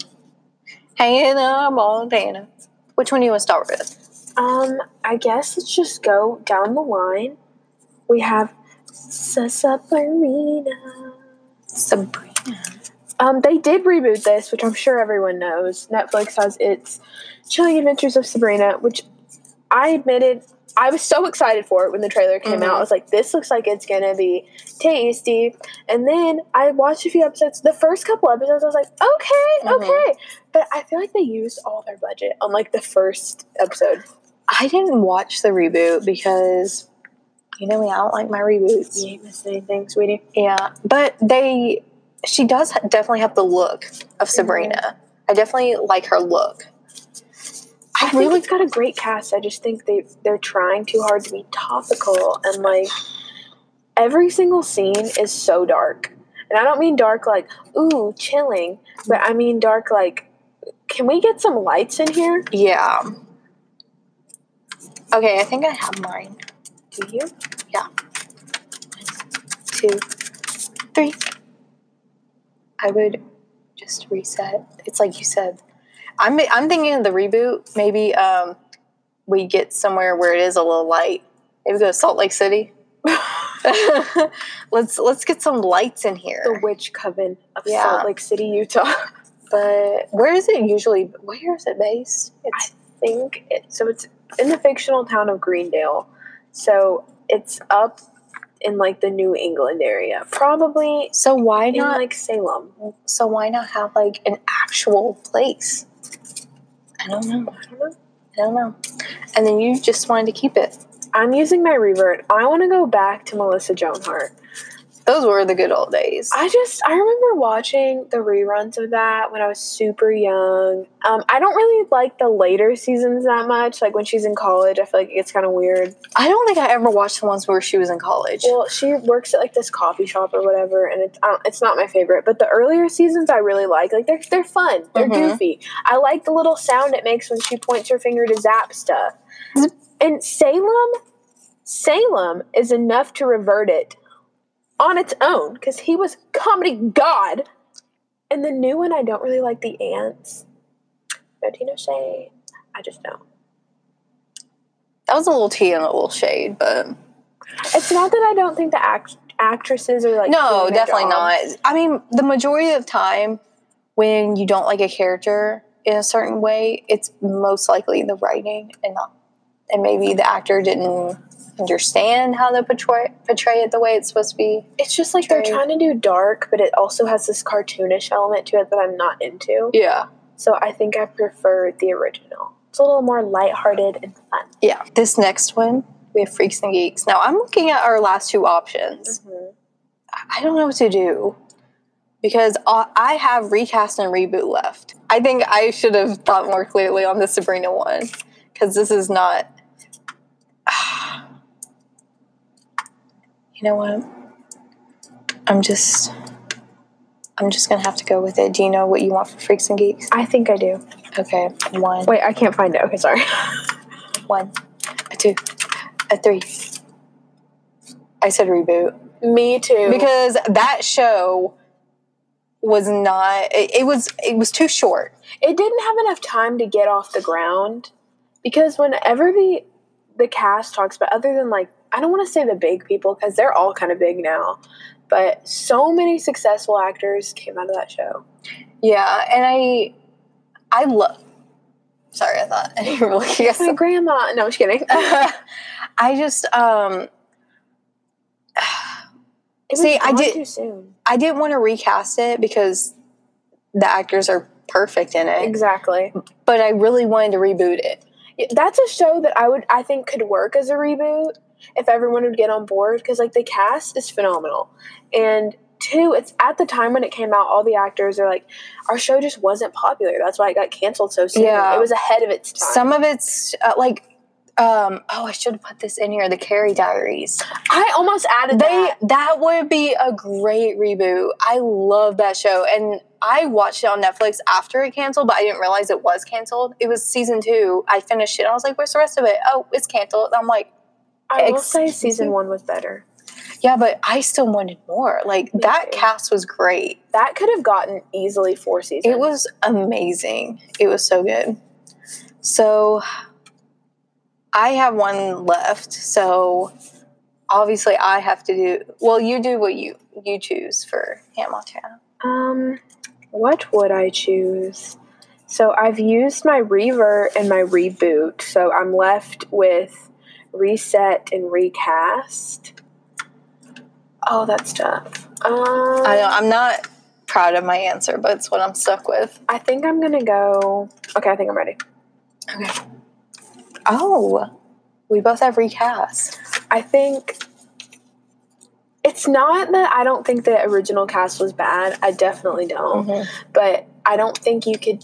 [SPEAKER 1] Hannah Montana. Which one do you want to start with?
[SPEAKER 2] Um, I guess let's just go down the line. We have Sabrina.
[SPEAKER 1] Sabrina.
[SPEAKER 2] Um, they did reboot this, which I'm sure everyone knows. Netflix has its Chilling Adventures of Sabrina, which I admitted I was so excited for it when the trailer came out. I was like, this looks like it's gonna be tasty. And then I watched a few episodes. The first couple episodes, I was like, okay,
[SPEAKER 1] Mhm.
[SPEAKER 2] okay. But I feel like they used all their budget on like the first episode.
[SPEAKER 1] I didn't watch the reboot because, you know me, I don't like my reboots.
[SPEAKER 2] ain't missing anything, sweetie.
[SPEAKER 1] Yeah, but they, she does ha- definitely have the look of Sabrina. I definitely like her look.
[SPEAKER 2] I, think
[SPEAKER 1] really-
[SPEAKER 2] it's got a great cast. I just think they they're trying too hard to be topical and like every single scene is so dark. And I don't mean dark like ooh chilling, but I mean dark like can we get some lights in here?
[SPEAKER 1] Yeah. Okay, I think I have mine.
[SPEAKER 2] Do you?
[SPEAKER 1] Two, three. I would just reset. It's like you said. I'm I'm thinking of the reboot. Maybe um, we get somewhere where it is a little light. Maybe go to Salt Lake City. <laughs> let's let's get some lights in here.
[SPEAKER 2] The witch coven of
[SPEAKER 1] Yeah.
[SPEAKER 2] Salt Lake City, Utah. <laughs> I
[SPEAKER 1] But where is it usually? Where is it based? It's
[SPEAKER 2] think it, so it's in the fictional town of Greendale. So it's up in like the New England area. Probably
[SPEAKER 1] so why
[SPEAKER 2] in
[SPEAKER 1] not?
[SPEAKER 2] like Salem.
[SPEAKER 1] so why not have like an actual place? I don't know.
[SPEAKER 2] I don't know.
[SPEAKER 1] I don't know. And then you just wanted to keep it.
[SPEAKER 2] I'm using my revert. I want to go back to Melissa Joan Hart.
[SPEAKER 1] Those were the good old days.
[SPEAKER 2] I just I remember watching the reruns of that when I was super young. Um, I don't really like the later seasons that much. Like when she's in college, I feel like it's kind of weird.
[SPEAKER 1] I don't think I ever watched the ones where she was in college.
[SPEAKER 2] Well, she works at like this coffee shop or whatever, and it's I don't, it's not my favorite. But the earlier seasons I really like. Like they're they're fun. They're
[SPEAKER 1] Mhm.
[SPEAKER 2] goofy. I like the little sound it makes when she points her finger to zap stuff. And Salem, Salem is enough to revert it on its own because he was comedy god. And the new one, I don't really like the ants. No tea, no shade. I just don't.
[SPEAKER 1] That was a little tea and a little shade, but
[SPEAKER 2] It's not that I don't think the act- actresses are like
[SPEAKER 1] no,
[SPEAKER 2] doing their
[SPEAKER 1] definitely
[SPEAKER 2] jobs.
[SPEAKER 1] not. I mean, the majority of time when you don't like a character in a certain way, it's most likely the writing and not, and maybe the actor didn't understand how to portray portray it the way it's supposed to be.
[SPEAKER 2] It's just like they're
[SPEAKER 1] True.
[SPEAKER 2] trying to do dark, but it also has this cartoonish element to it that I'm not into.
[SPEAKER 1] Yeah,
[SPEAKER 2] So I think I prefer the original. It's a little more lighthearted and fun.
[SPEAKER 1] yeah. This next one, we have Freaks and Geeks. Now I'm looking at our last two options. I don't know what to do because I I have recast and reboot left. I think I should have thought more clearly on the Sabrina one because this is not. <sighs> you know what? I'm just. I'm just gonna have to go with it. Do you know what you want for Freaks and Geeks?
[SPEAKER 2] I think I do.
[SPEAKER 1] Okay, one,
[SPEAKER 2] Wait, I can't find it. Okay, sorry.
[SPEAKER 1] one, a two, a three. I said reboot.
[SPEAKER 2] <laughs> Me too.
[SPEAKER 1] because that show was not it, it was it was too short
[SPEAKER 2] it didn't have enough time to get off the ground because whenever the the cast talks about other than like i don't want to say the big people because they're all kind of big now but so many successful actors came out of that show
[SPEAKER 1] yeah and i i love sorry i thought <laughs> i didn't really guess
[SPEAKER 2] my grandma no i'm just kidding <laughs>
[SPEAKER 1] <laughs> i just um
[SPEAKER 2] It was
[SPEAKER 1] See, I
[SPEAKER 2] gone
[SPEAKER 1] did-
[SPEAKER 2] too soon
[SPEAKER 1] i didn't want to recast it because the actors are perfect in it
[SPEAKER 2] exactly
[SPEAKER 1] but i really wanted to reboot it
[SPEAKER 2] Yeah, that's a show that i would i think could work as a reboot if everyone would get on board because like the cast is phenomenal and two it's at the time when it came out all the actors are like our show just wasn't popular that's why it got canceled so soon
[SPEAKER 1] Yeah.
[SPEAKER 2] it was ahead of its time
[SPEAKER 1] some of it's uh, like um oh i should have put this in here the carrie diaries
[SPEAKER 2] i almost added
[SPEAKER 1] They
[SPEAKER 2] that
[SPEAKER 1] that would be a great reboot. I love that show, and I watched it on Netflix after it canceled, but I didn't realize it was canceled. It was season two. I finished it. And I was like, "Where's the rest of it?" Oh, it's canceled. And I'm like,
[SPEAKER 2] i will say
[SPEAKER 1] Excuse
[SPEAKER 2] season
[SPEAKER 1] me?
[SPEAKER 2] one was better
[SPEAKER 1] "Yeah, but I still wanted more." Like
[SPEAKER 2] Me
[SPEAKER 1] that
[SPEAKER 2] too.
[SPEAKER 1] cast was great.
[SPEAKER 2] that could have gotten easily four seasons
[SPEAKER 1] It was amazing. It was so good. So I have one left. So obviously, I have to do. Well, you do what you you choose for Hannah Montana.
[SPEAKER 2] um what would i choose so i've used my revert and my reboot so i'm left with reset and recast oh that's tough um,
[SPEAKER 1] I know I'm not proud of my answer, but it's what I'm stuck with.
[SPEAKER 2] I think i'm gonna go okay i think i'm ready
[SPEAKER 1] Oh, we both have recast.
[SPEAKER 2] I think it's not that I don't think the original cast was bad. I definitely don't.
[SPEAKER 1] Mm-hmm.
[SPEAKER 2] But I don't think you could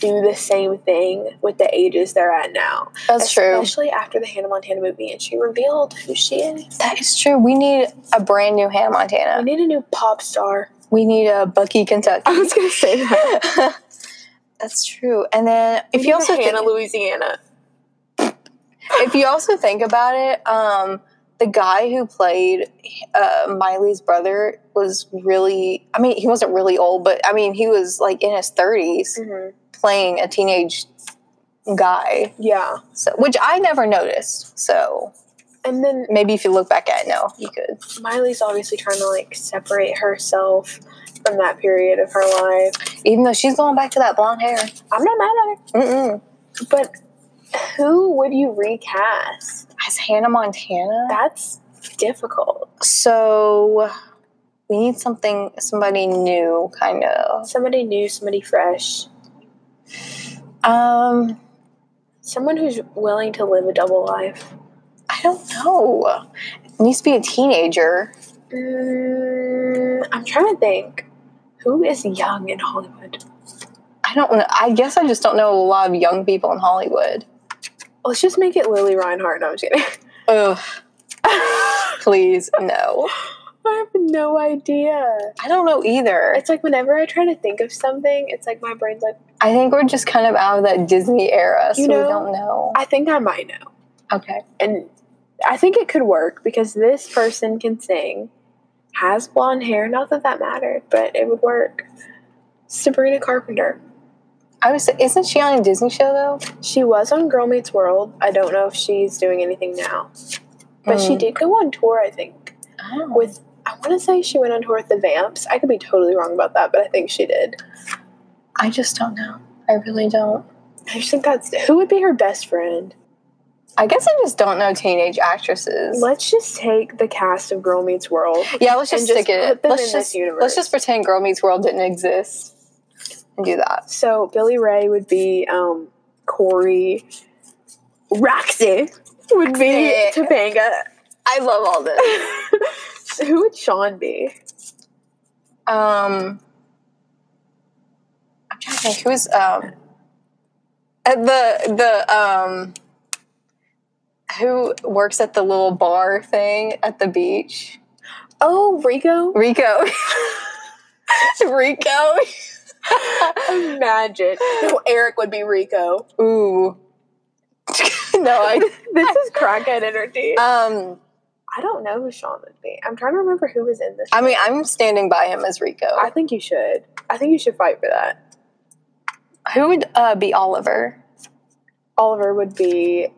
[SPEAKER 2] do the same thing with the ages they're at now.
[SPEAKER 1] That's true.
[SPEAKER 2] Especially after the Hannah Montana movie and she revealed who she is.
[SPEAKER 1] That is true. We need a brand new Hannah
[SPEAKER 2] I
[SPEAKER 1] Montana.
[SPEAKER 2] need a new pop star.
[SPEAKER 1] We need a Bucky Kentucky.
[SPEAKER 2] <laughs>
[SPEAKER 1] <laughs>
[SPEAKER 2] I was gonna say that.
[SPEAKER 1] That's true. And then
[SPEAKER 2] <laughs> We
[SPEAKER 1] if
[SPEAKER 2] need
[SPEAKER 1] you
[SPEAKER 2] a
[SPEAKER 1] also
[SPEAKER 2] Hannah
[SPEAKER 1] think,
[SPEAKER 2] Louisiana.
[SPEAKER 1] if you also think about it, um, the guy who played uh, Miley's brother was really. I mean, he wasn't really old, but I mean, he was like in his 30s
[SPEAKER 2] Mhm.
[SPEAKER 1] playing a teenage guy.
[SPEAKER 2] Yeah.
[SPEAKER 1] so which I never noticed. So
[SPEAKER 2] And then
[SPEAKER 1] maybe if you look back at it now, you could.
[SPEAKER 2] Miley's obviously trying to like separate herself from that period of her life.
[SPEAKER 1] Even though she's going back to that blonde hair.
[SPEAKER 2] I'm not mad at it.
[SPEAKER 1] Mm-mm.
[SPEAKER 2] But who would you recast?
[SPEAKER 1] As Hannah Montana.
[SPEAKER 2] That's difficult.
[SPEAKER 1] so we need something, somebody new, kind of.
[SPEAKER 2] Somebody new, somebody fresh,
[SPEAKER 1] Um,
[SPEAKER 2] someone who's willing to live a double life.
[SPEAKER 1] I don't know. It needs to be a teenager.
[SPEAKER 2] Mm, I'm trying to think. Who is young in Hollywood?
[SPEAKER 1] I don't. know. I guess I just don't know a lot of young people in Hollywood.
[SPEAKER 2] Let's just make it Lily Reinhart. No, I'm just kidding. <laughs>
[SPEAKER 1] Ugh,
[SPEAKER 2] I
[SPEAKER 1] please no.
[SPEAKER 2] have no idea.
[SPEAKER 1] I don't know either.
[SPEAKER 2] It's like whenever I try to think of something, it's like my brain's like,
[SPEAKER 1] I think we're just kind of out of that Disney era, so
[SPEAKER 2] You
[SPEAKER 1] we
[SPEAKER 2] know,
[SPEAKER 1] don't know.
[SPEAKER 2] I think I might know.
[SPEAKER 1] Okay.
[SPEAKER 2] And I think it could work because this person can sing, has blonde hair. Not that that mattered, but it would work. Sabrina Carpenter.
[SPEAKER 1] I was. Isn't she on a Disney show though?
[SPEAKER 2] She was on Girl Meets World. I don't know if she's doing anything now, but she
[SPEAKER 1] Mm.
[SPEAKER 2] did go on tour. I think
[SPEAKER 1] Oh.
[SPEAKER 2] with I want to say she went on tour with the Vamps. I could be totally wrong about that, but I think she did.
[SPEAKER 1] I just don't know. I really don't.
[SPEAKER 2] I just think that's who would be her best friend.
[SPEAKER 1] I guess I just don't know teenage actresses.
[SPEAKER 2] Let's just take the cast of Girl Meets World.
[SPEAKER 1] yeah, let's just
[SPEAKER 2] and just
[SPEAKER 1] stick it.
[SPEAKER 2] put them
[SPEAKER 1] let's
[SPEAKER 2] in this
[SPEAKER 1] just
[SPEAKER 2] universe.
[SPEAKER 1] let's just pretend Girl Meets World didn't exist and do that.
[SPEAKER 2] So Billy Ray would be um, Corey. Roxy would be
[SPEAKER 1] Roxy.
[SPEAKER 2] Topanga. <laughs>
[SPEAKER 1] I love all this.
[SPEAKER 2] So who would Sean be?
[SPEAKER 1] <laughs> um, I'm trying to think who's um at the the um who works at the little bar thing at the beach.
[SPEAKER 2] Oh, Rico.
[SPEAKER 1] Rico. <laughs> Rico.
[SPEAKER 2] Imagine. No, Eric would be <laughs> Rico.
[SPEAKER 1] Ooh. <laughs> no, I.
[SPEAKER 2] Uh, This is crackhead energy.
[SPEAKER 1] Um,
[SPEAKER 2] I don't know who Sean would be. I'm trying to remember who was in this.
[SPEAKER 1] I mean, I'm standing by him as Rico.
[SPEAKER 2] I think you should. I think you should fight for that.
[SPEAKER 1] Who would uh, be Oliver?
[SPEAKER 2] Oliver would be,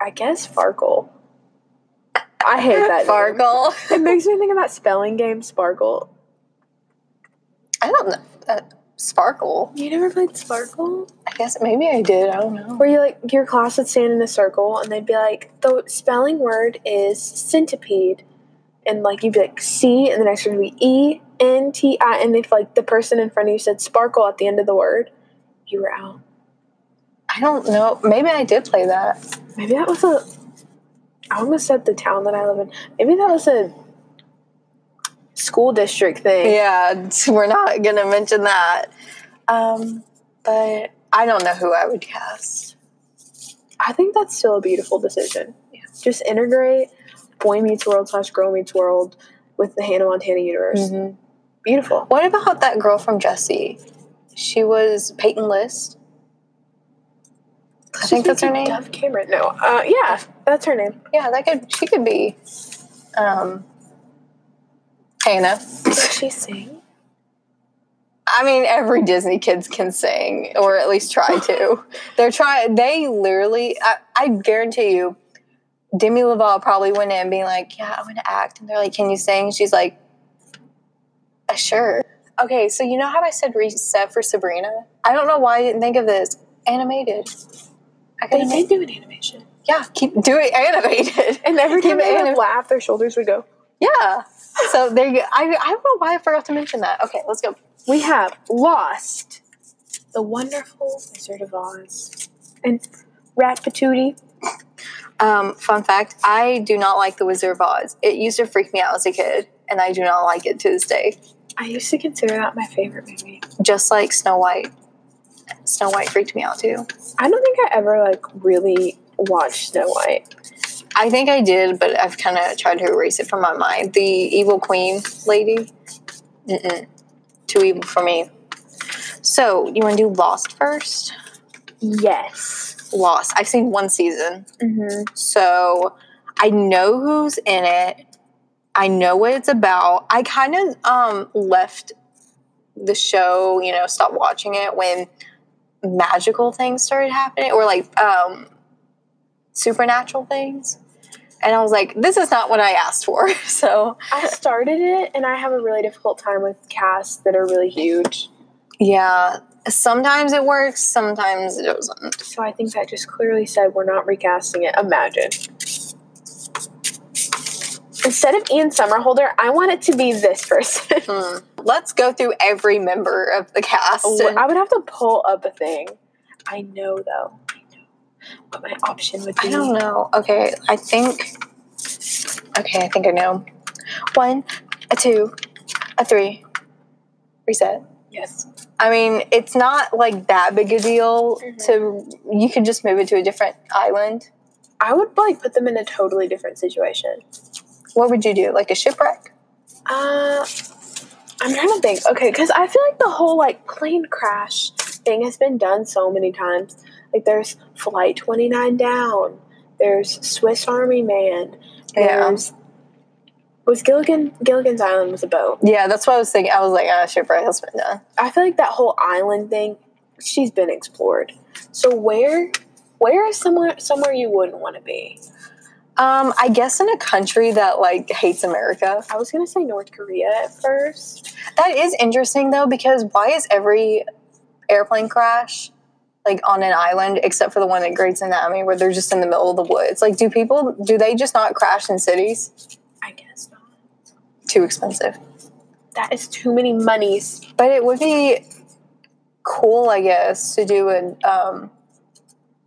[SPEAKER 2] I guess, Farkle. I hate that name.
[SPEAKER 1] Farkle.
[SPEAKER 2] It makes me think of that spelling game, Sparkle.
[SPEAKER 1] I don't know. Uh, Sparkle.
[SPEAKER 2] You never played Sparkle?
[SPEAKER 1] I guess maybe I did. I don't know.
[SPEAKER 2] Where you like your class would stand in a circle and they'd be like, the spelling word is centipede, and like you'd be like C, and the next word would be E N T I, and if like the person in front of you said Sparkle at the end of the word, you were out.
[SPEAKER 1] I don't know. Maybe I did play that.
[SPEAKER 2] Maybe that was a. I almost said the town that I live in. Maybe that was a school district thing.
[SPEAKER 1] Yeah, we're not gonna mention that. Um, but I don't know who I would cast.
[SPEAKER 2] I think that's still a beautiful decision. Just integrate Boy Meets World slash Girl Meets World with the Hannah Montana universe.
[SPEAKER 1] Mm-hmm.
[SPEAKER 2] Beautiful.
[SPEAKER 1] What about that girl from Jesse? She was Peyton List. I think that's her name.
[SPEAKER 2] Dove Cameron. No. Uh, yeah, that's her name.
[SPEAKER 1] Yeah, that could she could be um Hannah.
[SPEAKER 2] <laughs> Does she sing?
[SPEAKER 1] I mean, every Disney kids can sing, or at least try to. They're trying. They literally, I, I guarantee you, Demi Lovato probably went in being like, "Yeah, I want to act," and they're like, "Can you sing?" She's like, "Uh, "Sure." Okay, so you know how I said reset for Sabrina? I don't know why I didn't think of this. Animated. I could
[SPEAKER 2] They did do an animation.
[SPEAKER 1] Yeah, keep do it <laughs> animated.
[SPEAKER 2] And every
[SPEAKER 1] Keep
[SPEAKER 2] time they
[SPEAKER 1] anim-
[SPEAKER 2] would laugh, their shoulders would go.
[SPEAKER 1] Yeah. So there you. I I don't know why I forgot to mention that. Okay, let's go.
[SPEAKER 2] We have Lost, The Wonderful Wizard of Oz, and Ratatouille.
[SPEAKER 1] Um, fun fact: I do not like The Wizard of Oz. It used to freak me out as a kid, and I do not like it to this day.
[SPEAKER 2] I used to consider that my favorite movie.
[SPEAKER 1] Just like Snow White. Snow White freaked me out too.
[SPEAKER 2] I don't think I ever like really watched Snow White.
[SPEAKER 1] I think I did, but I've kind of tried to erase it from my mind. The evil queen lady. Mm-mm. Too evil for me. So you want to do Lost first?
[SPEAKER 2] Yes.
[SPEAKER 1] Lost. I've seen one season.
[SPEAKER 2] Mm-hmm.
[SPEAKER 1] So I know who's in it. I know what it's about. I kind of um, left the show, you know, stopped watching it when magical things started happening or like um, supernatural things. And I was like, this is not what I asked for. <laughs> So,
[SPEAKER 2] I started it, and I have a really difficult time with casts that are really huge.
[SPEAKER 1] yeah, sometimes it works, sometimes it doesn't.
[SPEAKER 2] So I think that just clearly said we're not recasting it. Imagine. Instead of Ian Summerholder, I want it to be this person. <laughs>
[SPEAKER 1] Hmm. Let's go through every member of the cast. and-
[SPEAKER 2] I would have to pull up a thing. I know though. I know what my option would be.
[SPEAKER 1] I don't know. Okay, I think. Okay, I think I know. One, a two, a three. Reset.
[SPEAKER 2] Yes.
[SPEAKER 1] I mean, it's not like that big a deal to. You could just move it to a different island.
[SPEAKER 2] I would like put them in a totally different situation.
[SPEAKER 1] What would you do? Like a shipwreck?
[SPEAKER 2] Uh, I'm trying to think. Okay, because I feel like the whole like plane crash thing has been done so many times. Like there's Flight 29 Down. There's Swiss Army Man.
[SPEAKER 1] Yeah.
[SPEAKER 2] There's was Gilligan Gilligan's Island was a boat.
[SPEAKER 1] Yeah, that's what I was thinking. I was like, ah, shipwreck has been done.
[SPEAKER 2] I feel like that whole island thing, she's been explored. So where where is somewhere somewhere you wouldn't want to be?
[SPEAKER 1] Um, I guess in a country that like hates America.
[SPEAKER 2] I was gonna say North Korea at first.
[SPEAKER 1] That is interesting though, because why is every airplane crash like on an island except for the one at Great Tsunami where they're just in the middle of the woods? Like, do people do they just not crash in cities?
[SPEAKER 2] I guess not.
[SPEAKER 1] Too expensive.
[SPEAKER 2] That is too many monies.
[SPEAKER 1] But it would be cool, I guess, to do an um,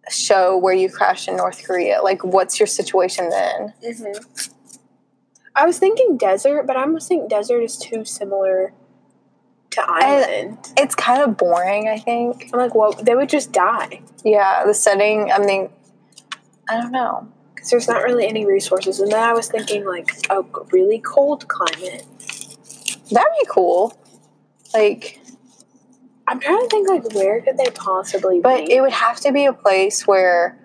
[SPEAKER 1] show where you crash in North Korea. Like, what's your situation then?
[SPEAKER 2] Mm-hmm. I was thinking desert, but I almost think desert is too similar to island.
[SPEAKER 1] It's kind of boring, I think.
[SPEAKER 2] I'm like, well, they would just die
[SPEAKER 1] Yeah, the setting. I mean, I don't know.
[SPEAKER 2] because there's not really any resources. And then I was thinking like a g- really cold climate.
[SPEAKER 1] That'd be cool. Like.
[SPEAKER 2] I'm trying to think like where could they possibly
[SPEAKER 1] But
[SPEAKER 2] be?
[SPEAKER 1] it would have to be a place where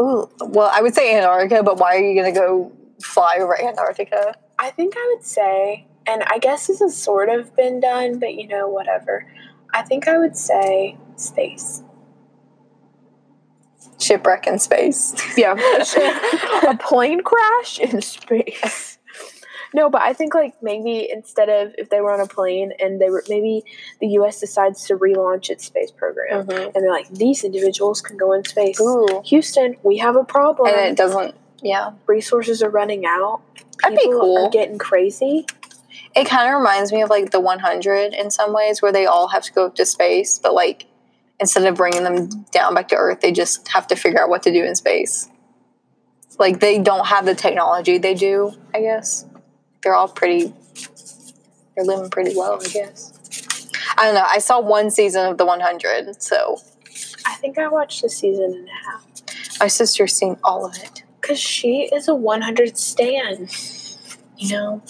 [SPEAKER 1] Ooh, well, I would say Antarctica, but why are you gonna go fly over Antarctica?
[SPEAKER 2] I think I would say, and I guess this has sort of been done, but you know, whatever. I think I would say space.
[SPEAKER 1] Shipwreck in space.
[SPEAKER 2] Yeah. a plane crash in space. No, but I think like maybe instead of if they were on a plane and they were maybe the U.S. decides to relaunch its space program
[SPEAKER 1] Mhm.
[SPEAKER 2] and they're like these individuals can go in space.
[SPEAKER 1] Ooh,
[SPEAKER 2] Houston, we have a problem.
[SPEAKER 1] and it doesn't. Yeah,
[SPEAKER 2] Resources are running out.
[SPEAKER 1] That'd be
[SPEAKER 2] People
[SPEAKER 1] cool.
[SPEAKER 2] Are getting crazy.
[SPEAKER 1] it kind of reminds me of like the 100 in some ways, where they all have to go up to space, but like instead of bringing them down back to Earth, they just have to figure out what to do in space. Like they don't have the technology they do. I guess they're all pretty. They're living pretty well, I guess. I don't know. I saw one season of the 100, so
[SPEAKER 2] I think I watched a season and a half
[SPEAKER 1] my sister's seen all of it.
[SPEAKER 2] because she is a 100 stan.
[SPEAKER 1] You know,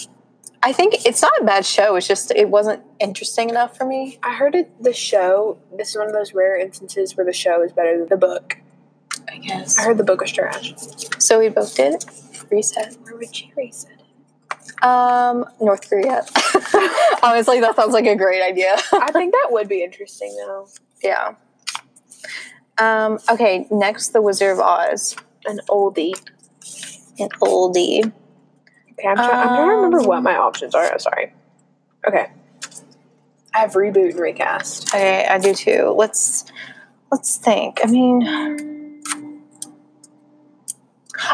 [SPEAKER 1] I think it's not a bad show. It's just it wasn't interesting enough for me.
[SPEAKER 2] I heard it, the show. This is one of those rare instances where the show is better than the book.
[SPEAKER 1] I guess.
[SPEAKER 2] I heard the book was trash.
[SPEAKER 1] So we both did it. Reset.
[SPEAKER 2] Where would she race it?
[SPEAKER 1] Um, North Korea. <laughs> Honestly, that sounds like a great idea. <laughs>
[SPEAKER 2] I think that would be interesting though.
[SPEAKER 1] yeah. Um, okay, next the Wizard of Oz.
[SPEAKER 2] An oldie.
[SPEAKER 1] An oldie.
[SPEAKER 2] Okay, I'm trying. I'm trying to remember what my options are. I'm sorry. Okay. I have reboot and recast.
[SPEAKER 1] Okay, I do too. Let's let's think. I mean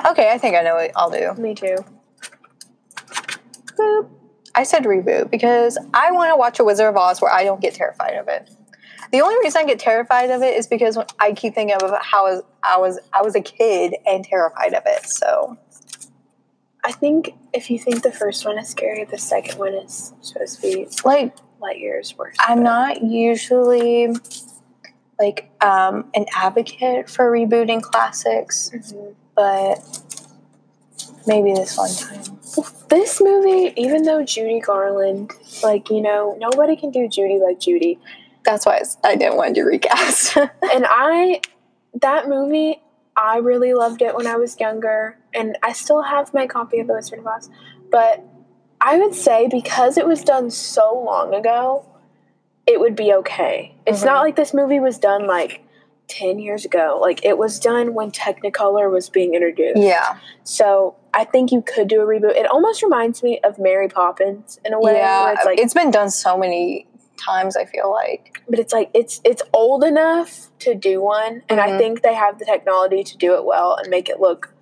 [SPEAKER 1] Okay, I think I know what I'll do.
[SPEAKER 2] Me too.
[SPEAKER 1] Boop. I said reboot because I want to watch a Wizard of Oz where I don't get terrified of it. The only reason I get terrified of it is because I keep thinking of how I was I was a kid and terrified of it. So
[SPEAKER 2] I think if you think the first one is scary, the second one is supposed to be
[SPEAKER 1] like
[SPEAKER 2] light years worse.
[SPEAKER 1] I'm
[SPEAKER 2] but-
[SPEAKER 1] not usually like um, an advocate for rebooting classics,
[SPEAKER 2] Mhm.
[SPEAKER 1] but maybe this one time.
[SPEAKER 2] This movie, even though Judy Garland, like you know, nobody can do Judy like Judy,
[SPEAKER 1] That's why it's- I didn't want to recast. <laughs>
[SPEAKER 2] and I, that movie, I really loved it when I was younger, and I still have my copy of The Wizard of Oz. But I would say because it was done so long ago, it would be okay. It's
[SPEAKER 1] Mm-hmm.
[SPEAKER 2] not like this movie was done like ten years ago. Like it was done when Technicolor was being introduced.
[SPEAKER 1] yeah,
[SPEAKER 2] So I think you could do a reboot. It almost reminds me of Mary Poppins in a way.
[SPEAKER 1] yeah.
[SPEAKER 2] where it's like,
[SPEAKER 1] it's been done so many times. I feel like
[SPEAKER 2] but it's like it's it's old enough to do one, and I
[SPEAKER 1] Mhm.
[SPEAKER 2] think they have the technology to do it well and make it look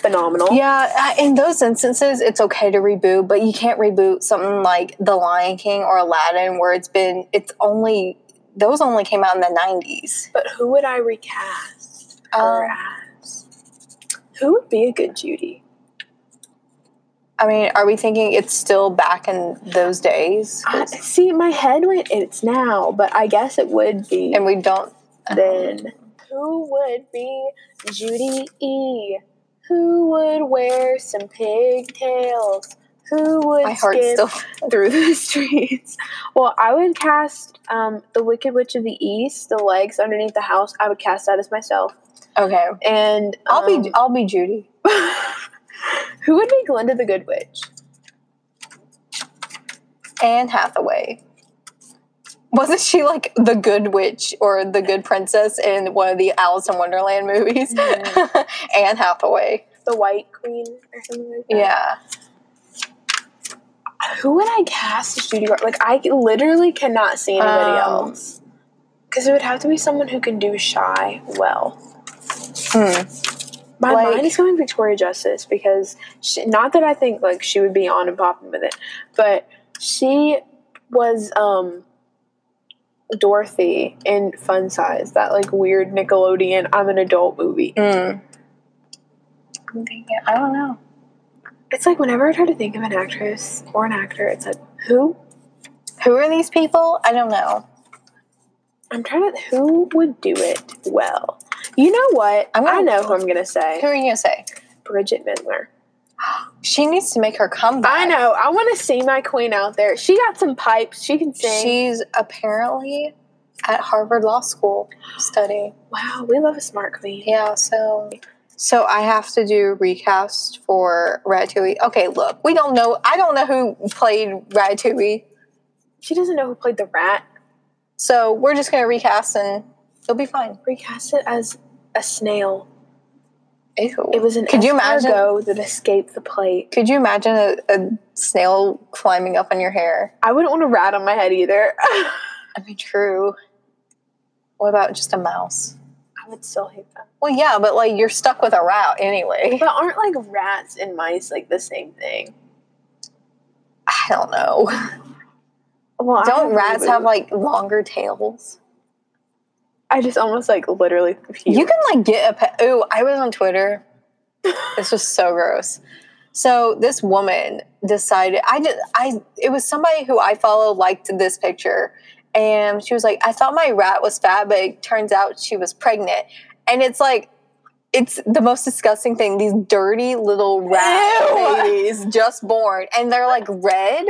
[SPEAKER 2] phenomenal.
[SPEAKER 1] yeah. uh, In those instances, it's okay to reboot, but you can't reboot something like The Lion King or Aladdin, where it's been. It's only those only came out in the nineties.
[SPEAKER 2] But who would I recast her
[SPEAKER 1] Um,
[SPEAKER 2] as? Who would be a good Judy?
[SPEAKER 1] I mean, are we thinking it's still back in those days?
[SPEAKER 2] I, see, my head went. It's now, but I guess it would be
[SPEAKER 1] And we don't. <laughs>
[SPEAKER 2] then. Who would be Judy E? Who would wear some pigtails? Who would
[SPEAKER 1] My heart's
[SPEAKER 2] skip
[SPEAKER 1] still.
[SPEAKER 2] through <laughs> the streets. Well, I would cast um, the Wicked Witch of the East, the legs underneath the house. I would cast that as myself.
[SPEAKER 1] Okay,
[SPEAKER 2] And
[SPEAKER 1] I'll
[SPEAKER 2] um,
[SPEAKER 1] be I'll be Judy.
[SPEAKER 2] <laughs> who would be Glinda the Good Witch?
[SPEAKER 1] Anne Hathaway. Wasn't she like the good witch or the good princess in one of the Alice in Wonderland movies?
[SPEAKER 2] Mm.
[SPEAKER 1] <laughs> Anne Hathaway.
[SPEAKER 2] The White Queen or something like that.
[SPEAKER 1] Yeah.
[SPEAKER 2] Who would I cast as Judy Garland? Like I literally cannot see anybody
[SPEAKER 1] Um,
[SPEAKER 2] else. Because it would have to be someone who can do shy well.
[SPEAKER 1] Hmm.
[SPEAKER 2] My
[SPEAKER 1] Like-
[SPEAKER 2] mind is going Victoria Justice because she, not that I think like she would be on and popping with it, but she was um Dorothy in Fun Size, that like weird Nickelodeon I'm an adult movie.
[SPEAKER 1] Hmm. I'm thinking- I don't know.
[SPEAKER 2] It's like whenever I try to think of an actress or an actor, it's like who?
[SPEAKER 1] Who are these people? I don't know.
[SPEAKER 2] I'm trying to who would do it well. You know what?
[SPEAKER 1] I'm gonna-
[SPEAKER 2] I know who I'm gonna
[SPEAKER 1] Who
[SPEAKER 2] say.
[SPEAKER 1] are you gonna say?
[SPEAKER 2] Bridget Mendler.
[SPEAKER 1] She needs to make her comeback.
[SPEAKER 2] I know. I want to see my queen out there. She got some pipes. She can sing.
[SPEAKER 1] She's apparently at Harvard Law School studying.
[SPEAKER 2] Wow, we love a smart queen.
[SPEAKER 1] Yeah, so so I have to do recast for Ratatouille. Okay, look, we don't know. I don't know who played Ratatouille,
[SPEAKER 2] She doesn't know who played the rat.
[SPEAKER 1] so we're just gonna recast and it'll be fine.
[SPEAKER 2] Recast it as a snail.
[SPEAKER 1] Ew.
[SPEAKER 2] It was an
[SPEAKER 1] Could you imagine-
[SPEAKER 2] escargot that escaped the plate.
[SPEAKER 1] Could you imagine a, a snail climbing up on your hair?
[SPEAKER 2] I wouldn't want a rat on my head either. <laughs>
[SPEAKER 1] I mean, true. What about just a mouse?
[SPEAKER 2] I would still hate that.
[SPEAKER 1] Well, yeah, but like you're stuck with a route anyway.
[SPEAKER 2] But aren't like rats and mice like the same thing?
[SPEAKER 1] I don't know.
[SPEAKER 2] Well, I
[SPEAKER 1] Don't rats
[SPEAKER 2] really-
[SPEAKER 1] have like longer tails?
[SPEAKER 2] I just almost like literally confused.
[SPEAKER 1] You can like get a pet. Ooh, I was on Twitter. this was so gross. So this woman decided. I did. I. It was somebody who I follow liked this picture, and she was like, "I thought my rat was fat, but it turns out she was pregnant." And it's like, it's the most disgusting thing. These dirty little rat
[SPEAKER 2] Ew.
[SPEAKER 1] babies just born, and they're like red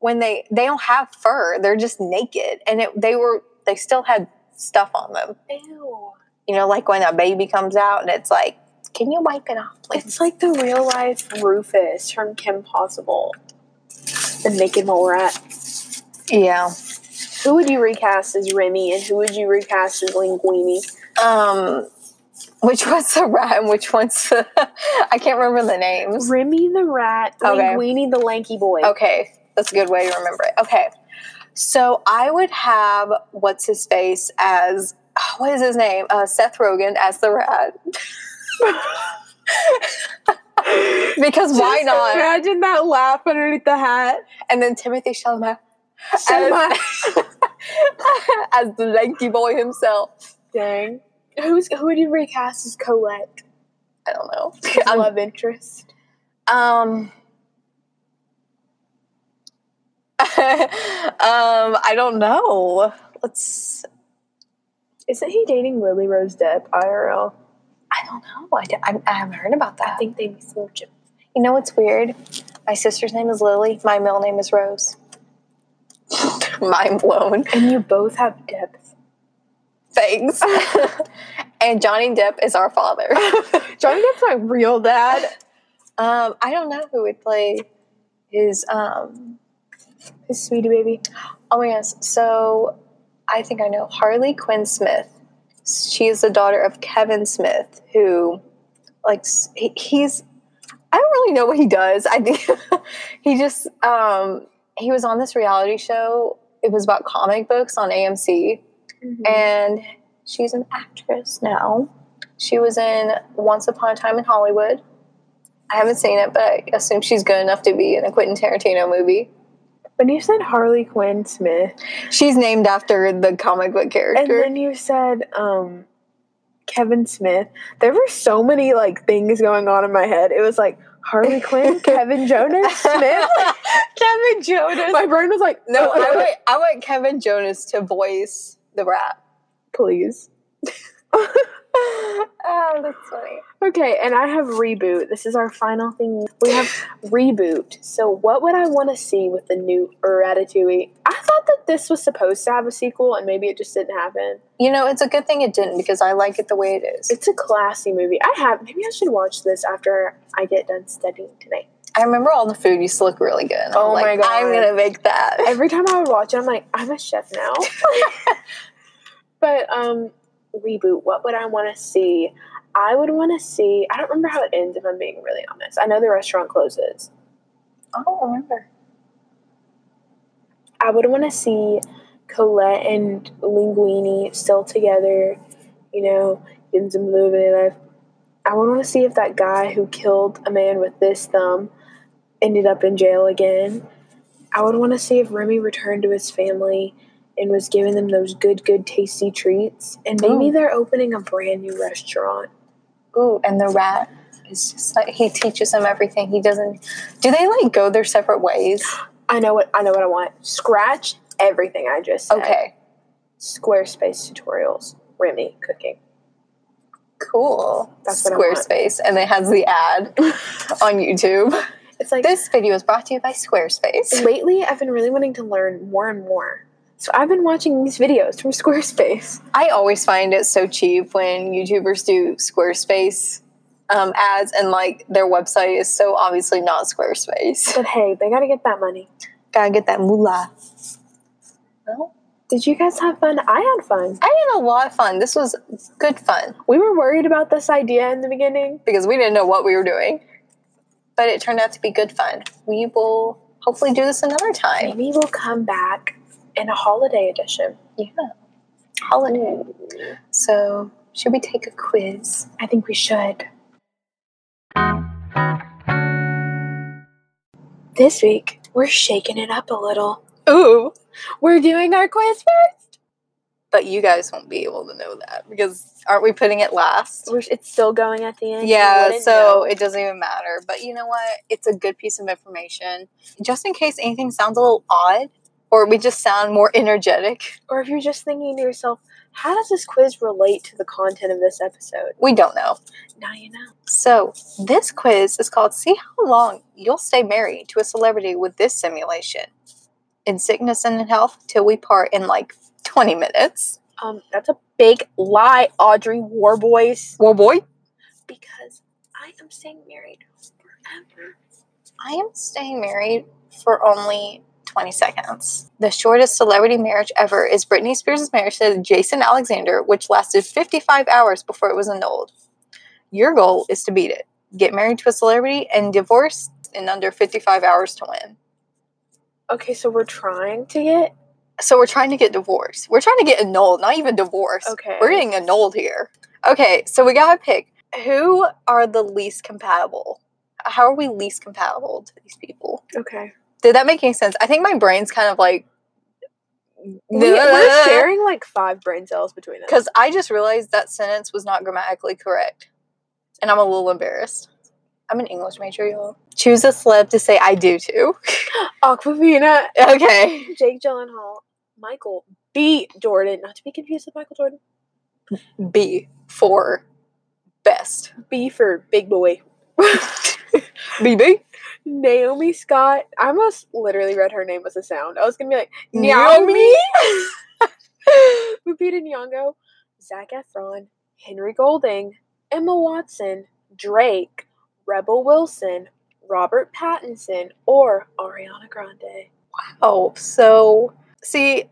[SPEAKER 1] when they they don't have fur. They're just naked, and it, they were they still had stuff on them
[SPEAKER 2] <laughs> Ew.
[SPEAKER 1] you know, like when a baby comes out and it's like, can you wipe it off, please?
[SPEAKER 2] It's like the real life Rufus from Kim Possible, the naked mole rat.
[SPEAKER 1] Yeah.
[SPEAKER 2] Who would you recast as Remy and who would you recast as Linguini?
[SPEAKER 1] Um, which one's the rat and which one's the? <laughs> I can't remember the names.
[SPEAKER 2] Remy the rat,
[SPEAKER 1] Okay.
[SPEAKER 2] Linguini the lanky boy.
[SPEAKER 1] Okay, that's a good way to remember it. Okay, so I would have what's his face as oh, what is his name? Uh, Seth Rogen as the rat. <laughs> because why
[SPEAKER 2] Just
[SPEAKER 1] not?
[SPEAKER 2] Imagine that laugh underneath the hat.
[SPEAKER 1] And then Timothy Chalamet
[SPEAKER 2] So much.
[SPEAKER 1] <laughs> as the lanky boy himself.
[SPEAKER 2] Dang. Who's who would you recast as Colette?
[SPEAKER 1] I don't <laughs> know.
[SPEAKER 2] His
[SPEAKER 1] I'm-
[SPEAKER 2] love interest.
[SPEAKER 1] Um, <laughs> um, I don't know. Let's.
[SPEAKER 2] Isn't he dating Lily Rose Depp IRL?
[SPEAKER 1] I don't know. I, d- I, I haven't heard about that.
[SPEAKER 2] I think they misfortune.
[SPEAKER 1] you know what's weird? My sister's name is Lily. My middle name is Rose. <laughs> Mind blown.
[SPEAKER 2] And you both have depth.
[SPEAKER 1] Thanks. <laughs> and Johnny Depp is our <laughs> father.
[SPEAKER 2] Johnny Depp's my real dad.
[SPEAKER 1] <laughs> um, I don't know who would play his. Um,
[SPEAKER 2] His sweetie baby.
[SPEAKER 1] oh my gosh. So I think I know Harley Quinn Smith. She is the daughter of Kevin Smith, who, like, s- he, he's. I don't really know what he does. I think <laughs> he just um, he was on this reality show. It was about comic books on AMC, and she's an actress now. She was in Once Upon a Time in Hollywood. I haven't seen it, but I assume she's good enough to be in a Quentin Tarantino movie.
[SPEAKER 2] When you said Harley Quinn Smith,
[SPEAKER 1] She's named after the comic book
[SPEAKER 2] and
[SPEAKER 1] character.
[SPEAKER 2] then you said um, Kevin Smith, there were so many like things going on in my head. It was like Harley <laughs> Quinn, Kevin Jonas <laughs> Smith.
[SPEAKER 1] Kevin Jonas.
[SPEAKER 2] My brain was like,
[SPEAKER 1] <laughs>
[SPEAKER 2] <laughs>
[SPEAKER 1] no, I want, I want Kevin Jonas to voice the rap.
[SPEAKER 2] please. <laughs>
[SPEAKER 1] Oh, that's funny.
[SPEAKER 2] Okay, and I have reboot. This is our final thing. We have reboot. So, what would I want to see with the new Ratatouille? I thought that this was supposed to have a sequel, and maybe it just didn't happen.
[SPEAKER 1] You know, it's a good thing it didn't because I like it the way it is.
[SPEAKER 2] It's a classy movie. I have. Maybe I should watch this after I get done studying today.
[SPEAKER 1] I remember all the food used to look really good. and I'm
[SPEAKER 2] Oh my
[SPEAKER 1] like,
[SPEAKER 2] God.
[SPEAKER 1] I'm gonna make that. <laughs>
[SPEAKER 2] Every time I would watch it, I'm like, I'm a chef now. but um, reboot. What would I want to see? I would want to see. I don't remember how it ends. If I'm being really honest, I know the restaurant closes.
[SPEAKER 1] Oh, I don't remember.
[SPEAKER 2] I would want to see Colette and Linguini still together, you know, getting some love in their life. I would want to see if that guy who killed a man with this thumb ended up in jail again. I would want to see if Remy returned to his family and was giving them those good, good, tasty treats. And maybe
[SPEAKER 1] Ooh.
[SPEAKER 2] they're opening a brand new restaurant.
[SPEAKER 1] Ooh, and the rat is just like he teaches him everything. He doesn't. Do they like go their separate
[SPEAKER 2] <gasps>
[SPEAKER 1] ways?
[SPEAKER 2] I know what I know what I want. Scratch everything I just said.
[SPEAKER 1] Okay,
[SPEAKER 2] Squarespace tutorials. Remy cooking.
[SPEAKER 1] cool.
[SPEAKER 2] That's what I want.
[SPEAKER 1] Squarespace, and it has the
[SPEAKER 2] <laughs>
[SPEAKER 1] ad on YouTube.
[SPEAKER 2] It's like
[SPEAKER 1] This video is brought to you by Squarespace.
[SPEAKER 2] lately I've been really wanting to learn more and more So I've been watching these videos from <laughs> Squarespace.
[SPEAKER 1] I always find it so cheap when YouTubers do Squarespace um, ads and like their website is so obviously not Squarespace.
[SPEAKER 2] But hey, they gotta get that money.
[SPEAKER 1] Gotta get that moolah. Well,
[SPEAKER 2] Did you guys have fun? I had fun.
[SPEAKER 1] I had a lot of fun. This was good fun
[SPEAKER 2] We were worried about this idea in the beginning.
[SPEAKER 1] because we didn't know what we were doing, but it turned out to be good fun. We will hopefully do this another time.
[SPEAKER 2] Maybe we'll come back in a holiday edition.
[SPEAKER 1] Yeah. Holiday. So, should we take a quiz?
[SPEAKER 2] I think we should. This week, we're shaking it up a little.
[SPEAKER 1] Ooh.
[SPEAKER 2] We're doing our quiz first.
[SPEAKER 1] But you guys won't be able to know that because aren't we putting it last?
[SPEAKER 2] We're- It's still going at the end. You
[SPEAKER 1] Yeah,
[SPEAKER 2] wouldn't
[SPEAKER 1] so
[SPEAKER 2] know.
[SPEAKER 1] it doesn't even matter. But you know what? It's a good piece of information. Just in case anything sounds a little odd or we just sound more energetic,
[SPEAKER 2] Or if you're just thinking to yourself, how does this quiz relate to the content of this episode?
[SPEAKER 1] we don't know.
[SPEAKER 2] Now you know.
[SPEAKER 1] So, this quiz is called See How Long You'll Stay Married to a Celebrity with This Simulation in Sickness and in Health Till We Part in like 20 minutes.
[SPEAKER 2] Um, that's a big lie, Audrey Warboys.
[SPEAKER 1] Well, boy,
[SPEAKER 2] Because I am staying married forever.
[SPEAKER 1] I am staying married for only 20 seconds. The shortest celebrity marriage ever is Britney Spears' marriage to Jason Alexander, which lasted 55 hours before it was annulled. Your goal is to beat it. Get married to a celebrity and divorce in under 55 hours to win.
[SPEAKER 2] Okay, so we're trying to get.
[SPEAKER 1] So we're trying to get divorced. We're trying to get annulled, not even divorced.
[SPEAKER 2] Okay.
[SPEAKER 1] We're getting annulled here. Okay, so we gotta pick who are the least compatible? How are we least compatible to these people? <laughs>
[SPEAKER 2] Okay.
[SPEAKER 1] Did that make any sense? I think my brain's kind of like
[SPEAKER 2] We,
[SPEAKER 1] <laughs>
[SPEAKER 2] we're sharing like five brain cells between us.
[SPEAKER 1] because I just realized that sentence was not grammatically correct, and I'm a little embarrassed. I'm an English major, y'all. Choose a celeb to say "I do" to.
[SPEAKER 2] Aquafina,
[SPEAKER 1] <laughs> Okay,
[SPEAKER 2] Jake Gyllenhaal, Michael B. Jordan, not to be confused with Michael Jordan,
[SPEAKER 1] B for best.
[SPEAKER 2] B for big
[SPEAKER 1] <laughs>
[SPEAKER 2] boy. <laughs>
[SPEAKER 1] BB
[SPEAKER 2] Naomi Scott. I almost literally read her name as a sound. I was gonna be like
[SPEAKER 1] Naomi.
[SPEAKER 2] Naomi, <laughs> Lupita Nyong'o, Zac Efron, Henry Golding, Emma Watson, Drake, Rebel Wilson, Robert Pattinson, or Ariana Grande.
[SPEAKER 1] Oh, so see,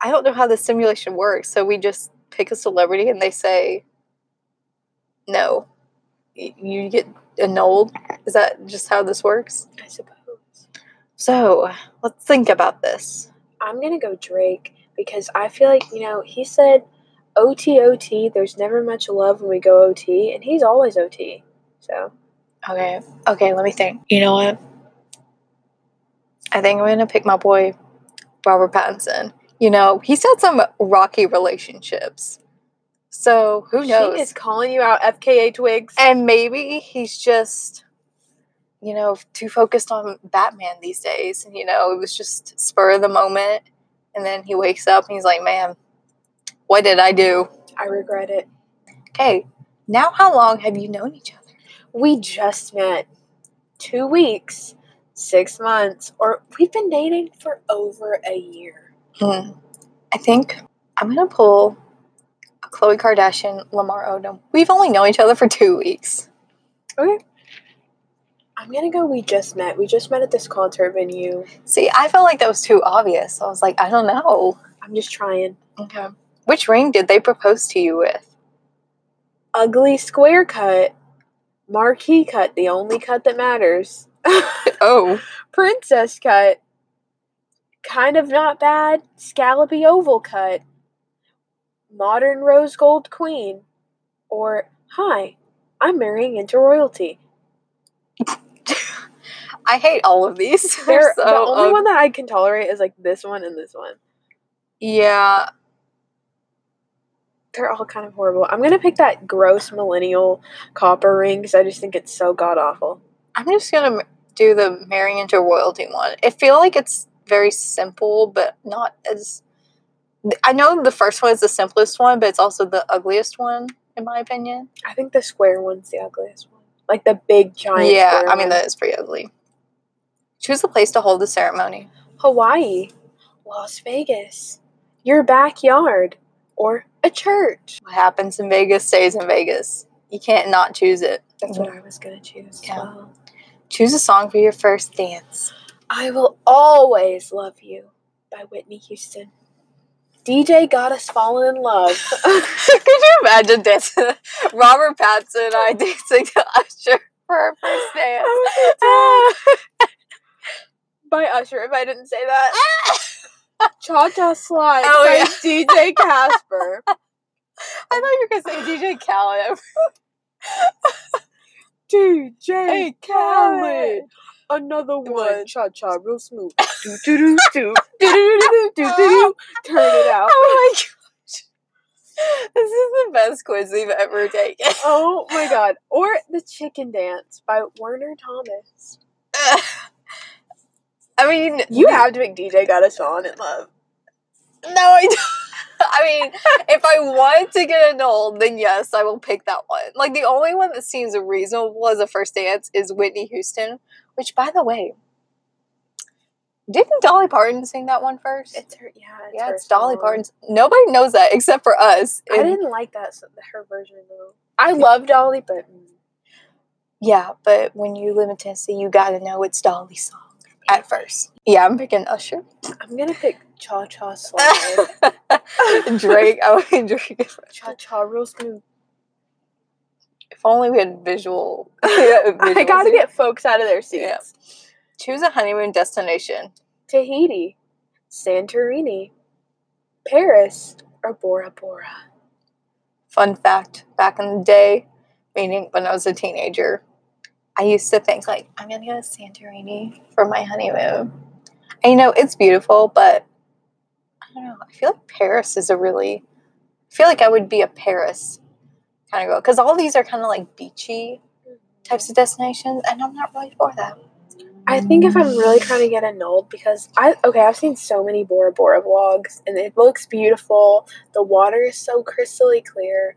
[SPEAKER 1] I don't know how the simulation works. So we just pick a celebrity and they say, no, y- you get annulled. Is that just how this works?
[SPEAKER 2] I suppose
[SPEAKER 1] So let's think about this.
[SPEAKER 2] I'm gonna go Drake because I feel like you know he said. OT OT, there's never much love when we go OT, and he's always OT. So,
[SPEAKER 1] Okay, okay, let me think. You know what? I think I'm gonna pick my boy, Robert Pattinson. You know, he's had some rocky relationships. So who knows?
[SPEAKER 2] She is calling you out, FKA Twigs.
[SPEAKER 1] And maybe he's just, you know, too focused on Batman these days. And, you know, it was just spur of the moment. And then he wakes up and he's like, man, what did I do?
[SPEAKER 2] I regret it.
[SPEAKER 1] Okay, now how long have you known each other?
[SPEAKER 2] We just met two weeks, six months, or we've been dating for over a year.
[SPEAKER 1] Hmm. I think I'm going to pull a Khloe Kardashian, Lamar Odom. We've only known each other for two weeks.
[SPEAKER 2] I'm gonna go. We just met. We just met at this concert venue.
[SPEAKER 1] See, I felt like that was too obvious. I was like, I don't know.
[SPEAKER 2] I'm just trying.
[SPEAKER 1] Okay. Which ring did they propose to you with?
[SPEAKER 2] Ugly square cut, marquee cut, the only cut that matters. <laughs>
[SPEAKER 1] Oh.
[SPEAKER 2] Princess cut, kind of not bad. Scallopy oval cut, modern rose gold queen, or hi, I'm marrying into royalty.
[SPEAKER 1] I hate all of these. <laughs>
[SPEAKER 2] They're,
[SPEAKER 1] They're so
[SPEAKER 2] <laughs> the only
[SPEAKER 1] ug-
[SPEAKER 2] one that I can tolerate is like this one and this one.
[SPEAKER 1] Yeah,
[SPEAKER 2] They're all kind of horrible. I'm gonna pick that gross millennial copper ring because I just think it's so god awful.
[SPEAKER 1] I'm just gonna m- do the marrying into royalty one. I feel like it's very simple, but not as. I know the first one is the simplest one, but it's also the ugliest one in my opinion.
[SPEAKER 2] I think the square one's the ugliest one, like the big giant.
[SPEAKER 1] yeah,
[SPEAKER 2] square
[SPEAKER 1] I mean
[SPEAKER 2] one.
[SPEAKER 1] that is pretty ugly. Choose a place to hold the ceremony.
[SPEAKER 2] Hawaii. Las Vegas, your backyard, or a church.
[SPEAKER 1] What happens in Vegas stays in Vegas. You can't not choose it.
[SPEAKER 2] That's what I was gonna choose. as
[SPEAKER 1] Yeah.
[SPEAKER 2] well.
[SPEAKER 1] Choose a song for your first dance. <laughs>
[SPEAKER 2] I will always love you by Whitney Houston. DJ got us falling in love.
[SPEAKER 1] <laughs> Could you imagine dancing? <laughs> Robert Pattinson and I <laughs> dancing to Usher for our first dance.
[SPEAKER 2] <laughs> Ah. by Usher, if I didn't say that.
[SPEAKER 1] Ah,
[SPEAKER 2] Cha Cha Slide
[SPEAKER 1] Oh,
[SPEAKER 2] by
[SPEAKER 1] yeah.
[SPEAKER 2] <laughs> DJ Casper.
[SPEAKER 1] I thought you were gonna say <laughs> DJ Khaled.
[SPEAKER 2] DJ
[SPEAKER 1] Hey, Khaled.
[SPEAKER 2] Khaled. Another one.
[SPEAKER 1] One.
[SPEAKER 2] Cha Cha, real <laughs> smooth. do do do do do do do do. Turn it <laughs> out.
[SPEAKER 1] <laughs> Oh my gosh. This is the best quiz we've ever taken.
[SPEAKER 2] Oh my god. Or The Chicken Dance by Werner Thomas.
[SPEAKER 1] I mean,
[SPEAKER 2] You have to make DJ Got Us Falling in Love.
[SPEAKER 1] no, I don't. <laughs> I mean, if I want to get annulled, then yes, I will pick that one. Like the only one that seems reasonable as a first dance is Whitney Houston, which, by the way, didn't Dolly Parton sing that one first?
[SPEAKER 2] It's her, yeah. It's
[SPEAKER 1] yeah,
[SPEAKER 2] her
[SPEAKER 1] it's Dolly
[SPEAKER 2] song.
[SPEAKER 1] Parton's. Nobody knows that except for us.
[SPEAKER 2] I
[SPEAKER 1] And-
[SPEAKER 2] didn't like that so- her version though. I love Dolly, but
[SPEAKER 1] Yeah, but when you live in Tennessee, you gotta know it's Dolly's song at first. Yeah, I'm picking Usher.
[SPEAKER 2] I'm gonna pick Cha <laughs> Cha Slide.
[SPEAKER 1] <laughs> Drake, I would Drake.
[SPEAKER 2] Cha Cha real smooth.
[SPEAKER 1] If only we had visual. <laughs> yeah,
[SPEAKER 2] I
[SPEAKER 1] visuals
[SPEAKER 2] gotta
[SPEAKER 1] here.
[SPEAKER 2] get folks out of their seats.
[SPEAKER 1] Yeah. choose a honeymoon destination.
[SPEAKER 2] Tahiti, Santorini, Paris, or Bora Bora.
[SPEAKER 1] Fun fact: back in the day, meaning when I was a teenager, I used to think like I'm gonna go to Santorini for my honeymoon. And you know, it's beautiful, but I don't know. I feel like Paris is a really. I feel like I would be a Paris kind of girl because all these are kind of like beachy types of destinations, and I'm not really for that.
[SPEAKER 2] I think if I'm really trying to get annulled, because I okay, I've seen so many Bora Bora vlogs, and it looks beautiful. The water is so crystally clear,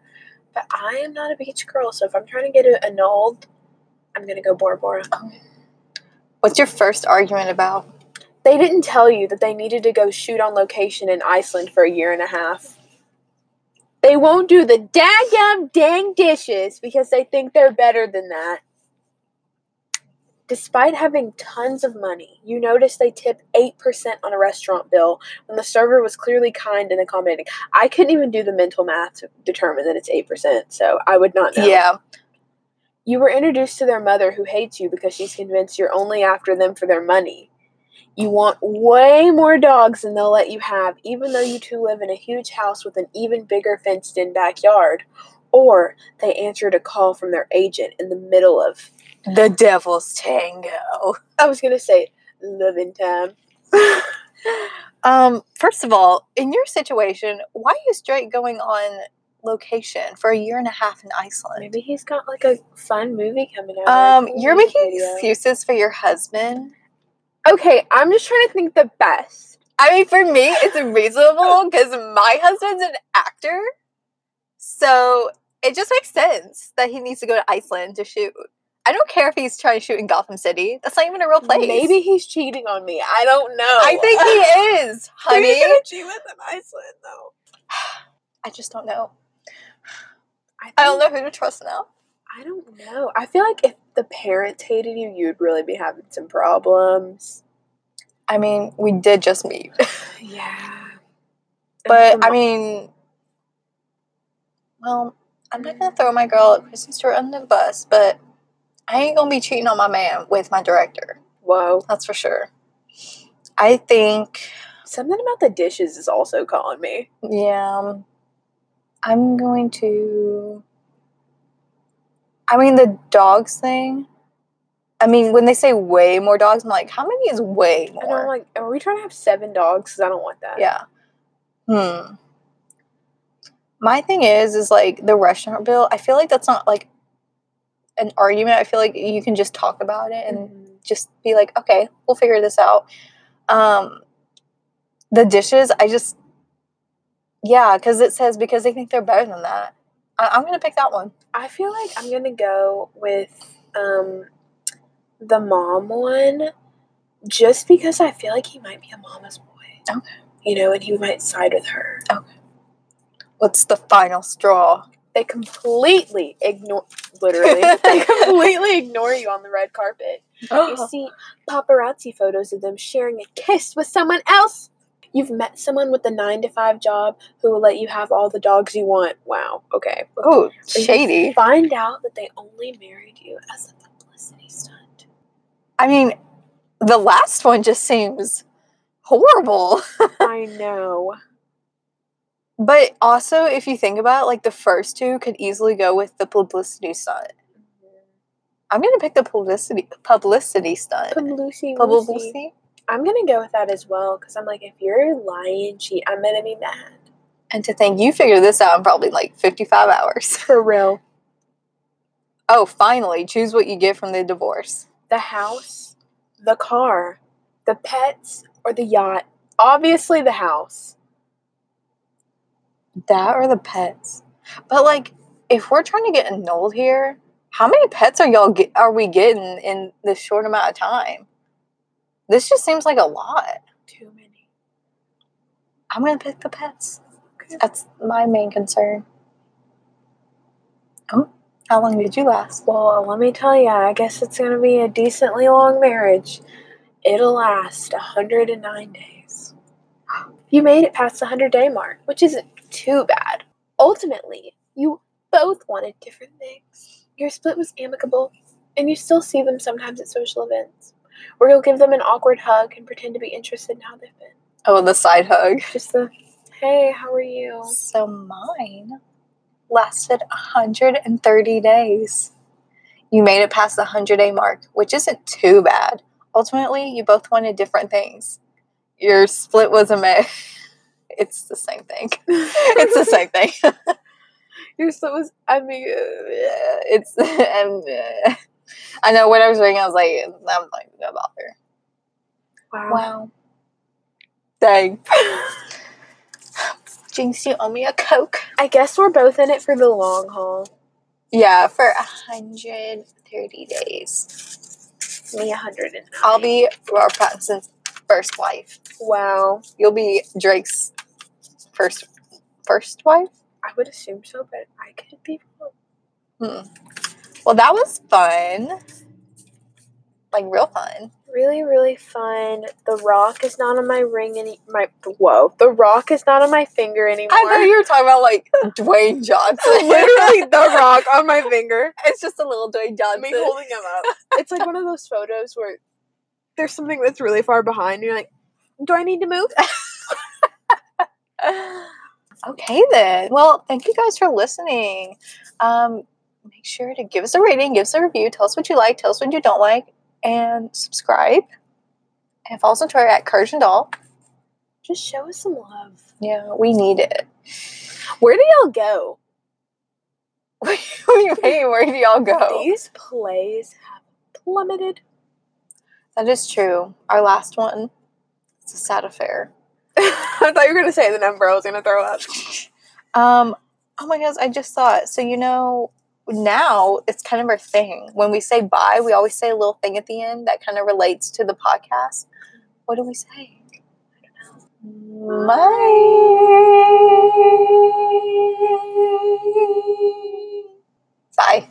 [SPEAKER 2] but I am not a beach girl. So if I'm trying to get it annulled, I'm gonna go Bora Bora.
[SPEAKER 1] What's your first argument about?
[SPEAKER 2] They didn't tell you that they needed to go shoot on location in Iceland for a year and a half. They won't do the daggum dang dishes because they think they're better than that. Despite having tons of money, you notice they tip 8% on a restaurant bill when the server was clearly kind and accommodating. I couldn't even do the mental math to determine that it's 8%, so I would not know.
[SPEAKER 1] Yeah,
[SPEAKER 2] You were introduced to their mother who hates you because she's convinced you're only after them for their money. You want way more dogs than they'll let you have, even though you two live in a huge house with an even bigger fenced in backyard. Or they answered a call from their agent in the middle of,
[SPEAKER 1] the devil's tango.
[SPEAKER 2] I was going to say, living time.
[SPEAKER 1] <laughs> Um, first of all, in your situation, why is Drake going on location for a year and a half in Iceland?
[SPEAKER 2] Maybe he's got like a fun movie coming out. or a
[SPEAKER 1] Um,
[SPEAKER 2] cool
[SPEAKER 1] you're
[SPEAKER 2] music
[SPEAKER 1] making
[SPEAKER 2] video.
[SPEAKER 1] excuses for your husband.
[SPEAKER 2] Okay, I'm just trying to think the best.
[SPEAKER 1] I mean, for me, it's <laughs> reasonable because my husband's an actor, so it just makes sense that he needs to go to Iceland to shoot. I don't care if he's trying to shoot in Gotham City. That's not even a real place.
[SPEAKER 2] Maybe he's cheating on me. I don't know.
[SPEAKER 1] I think
[SPEAKER 2] <laughs>
[SPEAKER 1] he <laughs> is,
[SPEAKER 2] Who you
[SPEAKER 1] honey.
[SPEAKER 2] gonna cheat with in Iceland though?
[SPEAKER 1] I just don't know.
[SPEAKER 2] think-
[SPEAKER 1] I don't know who to trust now.
[SPEAKER 2] I don't know. I feel like if the parents hated you, you'd really be having some problems.
[SPEAKER 1] I mean, we did just meet.
[SPEAKER 2] Yeah.
[SPEAKER 1] But I mean, well, I'm not gonna throw my girl at Kristen Stewart under the bus, but I ain't gonna be cheating on my man with my director.
[SPEAKER 2] whoa.
[SPEAKER 1] That's for sure. I think,
[SPEAKER 2] Something about the dishes is also calling me.
[SPEAKER 1] yeah, um, I'm going to. I mean, the dogs thing. I mean, when they say way more dogs, I'm like, how many is way
[SPEAKER 2] And I'm
[SPEAKER 1] more?
[SPEAKER 2] like, are we trying to have seven dogs? Because I don't want that.
[SPEAKER 1] Yeah. Hmm. My thing is, is like the restaurant bill. I feel like that's not like an argument. I feel like you can just talk about it and
[SPEAKER 2] Mhm.
[SPEAKER 1] just be like, okay, we'll figure this out. Um, the dishes, I just, yeah, because it says because they think they're better than that. I- I'm gonna pick that one.
[SPEAKER 2] I feel like I'm gonna go with um the mom one, just because I feel like he might be a mama's boy.
[SPEAKER 1] Okay.
[SPEAKER 2] You know, and he might side with her.
[SPEAKER 1] What's the final straw?
[SPEAKER 2] They completely ignore, <laughs> literally, they completely ignore you on the red carpet. You see paparazzi photos of them sharing a kiss with someone else. You've met someone with a nine to five job who will let you have all the dogs you want. Wow. Okay.
[SPEAKER 1] oh,
[SPEAKER 2] Or you
[SPEAKER 1] shady.
[SPEAKER 2] Find out that they only married you as a publicity stunt.
[SPEAKER 1] I mean, the last one just seems horrible.
[SPEAKER 2] I know.
[SPEAKER 1] But also, if you think about it, like the first two could easily go with the publicity stunt. I'm gonna pick the publicity publicity stunt.
[SPEAKER 2] <laughs> Publicity. Lucy.
[SPEAKER 1] Publicity
[SPEAKER 2] I'm gonna go with that as well because I'm like, if you're lying, she, I'm gonna be mad.
[SPEAKER 1] And to think you figured this out in probably like 55 hours. <laughs>
[SPEAKER 2] For real.
[SPEAKER 1] Oh, finally, choose what you get from the divorce.
[SPEAKER 2] The house, the car, the pets, or the yacht. Obviously, the house.
[SPEAKER 1] That or the pets. But like, if we're trying to get annulled here, how many pets are y'all get, are we getting in this short amount of time? This just seems like a lot.
[SPEAKER 2] Too many.
[SPEAKER 1] I'm gonna pick the pets. That's my main concern. Oh, how long did you last?
[SPEAKER 2] Well, let me tell you, I guess it's gonna be a decently long marriage. It'll last 109 days. You made it past the 100 day mark, which isn't too bad. Ultimately, you both wanted different things. Your split was amicable, and you still see them sometimes at social events, where you'll give them an awkward hug and pretend to be interested in how they've been.
[SPEAKER 1] Oh, the side hug.
[SPEAKER 2] Just the, hey, how are you?
[SPEAKER 1] So mine lasted 130 days. You made it past the 100 day mark, which isn't too bad. Ultimately, you both wanted different things. Your split was a mess. <laughs> It's the same thing. <laughs> It's the same thing. <laughs>
[SPEAKER 2] Your split was, I mean,
[SPEAKER 1] It's. <laughs> um, uh, <laughs> I know when I was reading, I was like, I'm like, no bother.
[SPEAKER 2] wow.
[SPEAKER 1] Wow. Dang. <laughs> Jinx, you owe me a Coke.
[SPEAKER 2] I guess we're both in it for the long haul.
[SPEAKER 1] Yeah, for 130 days.
[SPEAKER 2] me 109.
[SPEAKER 1] I'll be Robert Pattinson's first wife.
[SPEAKER 2] Wow.
[SPEAKER 1] You'll be Drake's first first wife.
[SPEAKER 2] I would assume so, but I could be wrong.
[SPEAKER 1] Hmm. Well, that was fun. Like real fun.
[SPEAKER 2] Really, really fun. The rock is not on my ring any my whoa. The rock is not on my finger anymore.
[SPEAKER 1] I
[SPEAKER 2] <laughs>
[SPEAKER 1] thought you were talking about like Dwayne Johnson.
[SPEAKER 2] literally the rock on my finger.
[SPEAKER 1] <laughs> It's just a little Dwayne Johnson.
[SPEAKER 2] Me holding him up. It's like one of those photos where there's something that's really far behind. And you're like, do I need to move?
[SPEAKER 1] <laughs> okay then. Well, thank you guys for listening. Um, make sure to give us a rating, give us a review, tell us what you like, tell us what you don't like, and subscribe. And follow us on Twitter at Courage and Doll.
[SPEAKER 2] Just show us some love.
[SPEAKER 1] Yeah, we need it. <laughs>
[SPEAKER 2] Where do y'all go?
[SPEAKER 1] we wait, where do y'all go?
[SPEAKER 2] These plays have plummeted.
[SPEAKER 1] That is true. Our last one. It's a sad affair.
[SPEAKER 2] <laughs> I thought you were gonna say the number I was gonna throw up.
[SPEAKER 1] Um, oh my gosh, I just saw it. So you know, now it's kind of our thing. When we say bye, we always say a little thing at the end that kind of relates to the podcast. What do we say? Bye. Bye.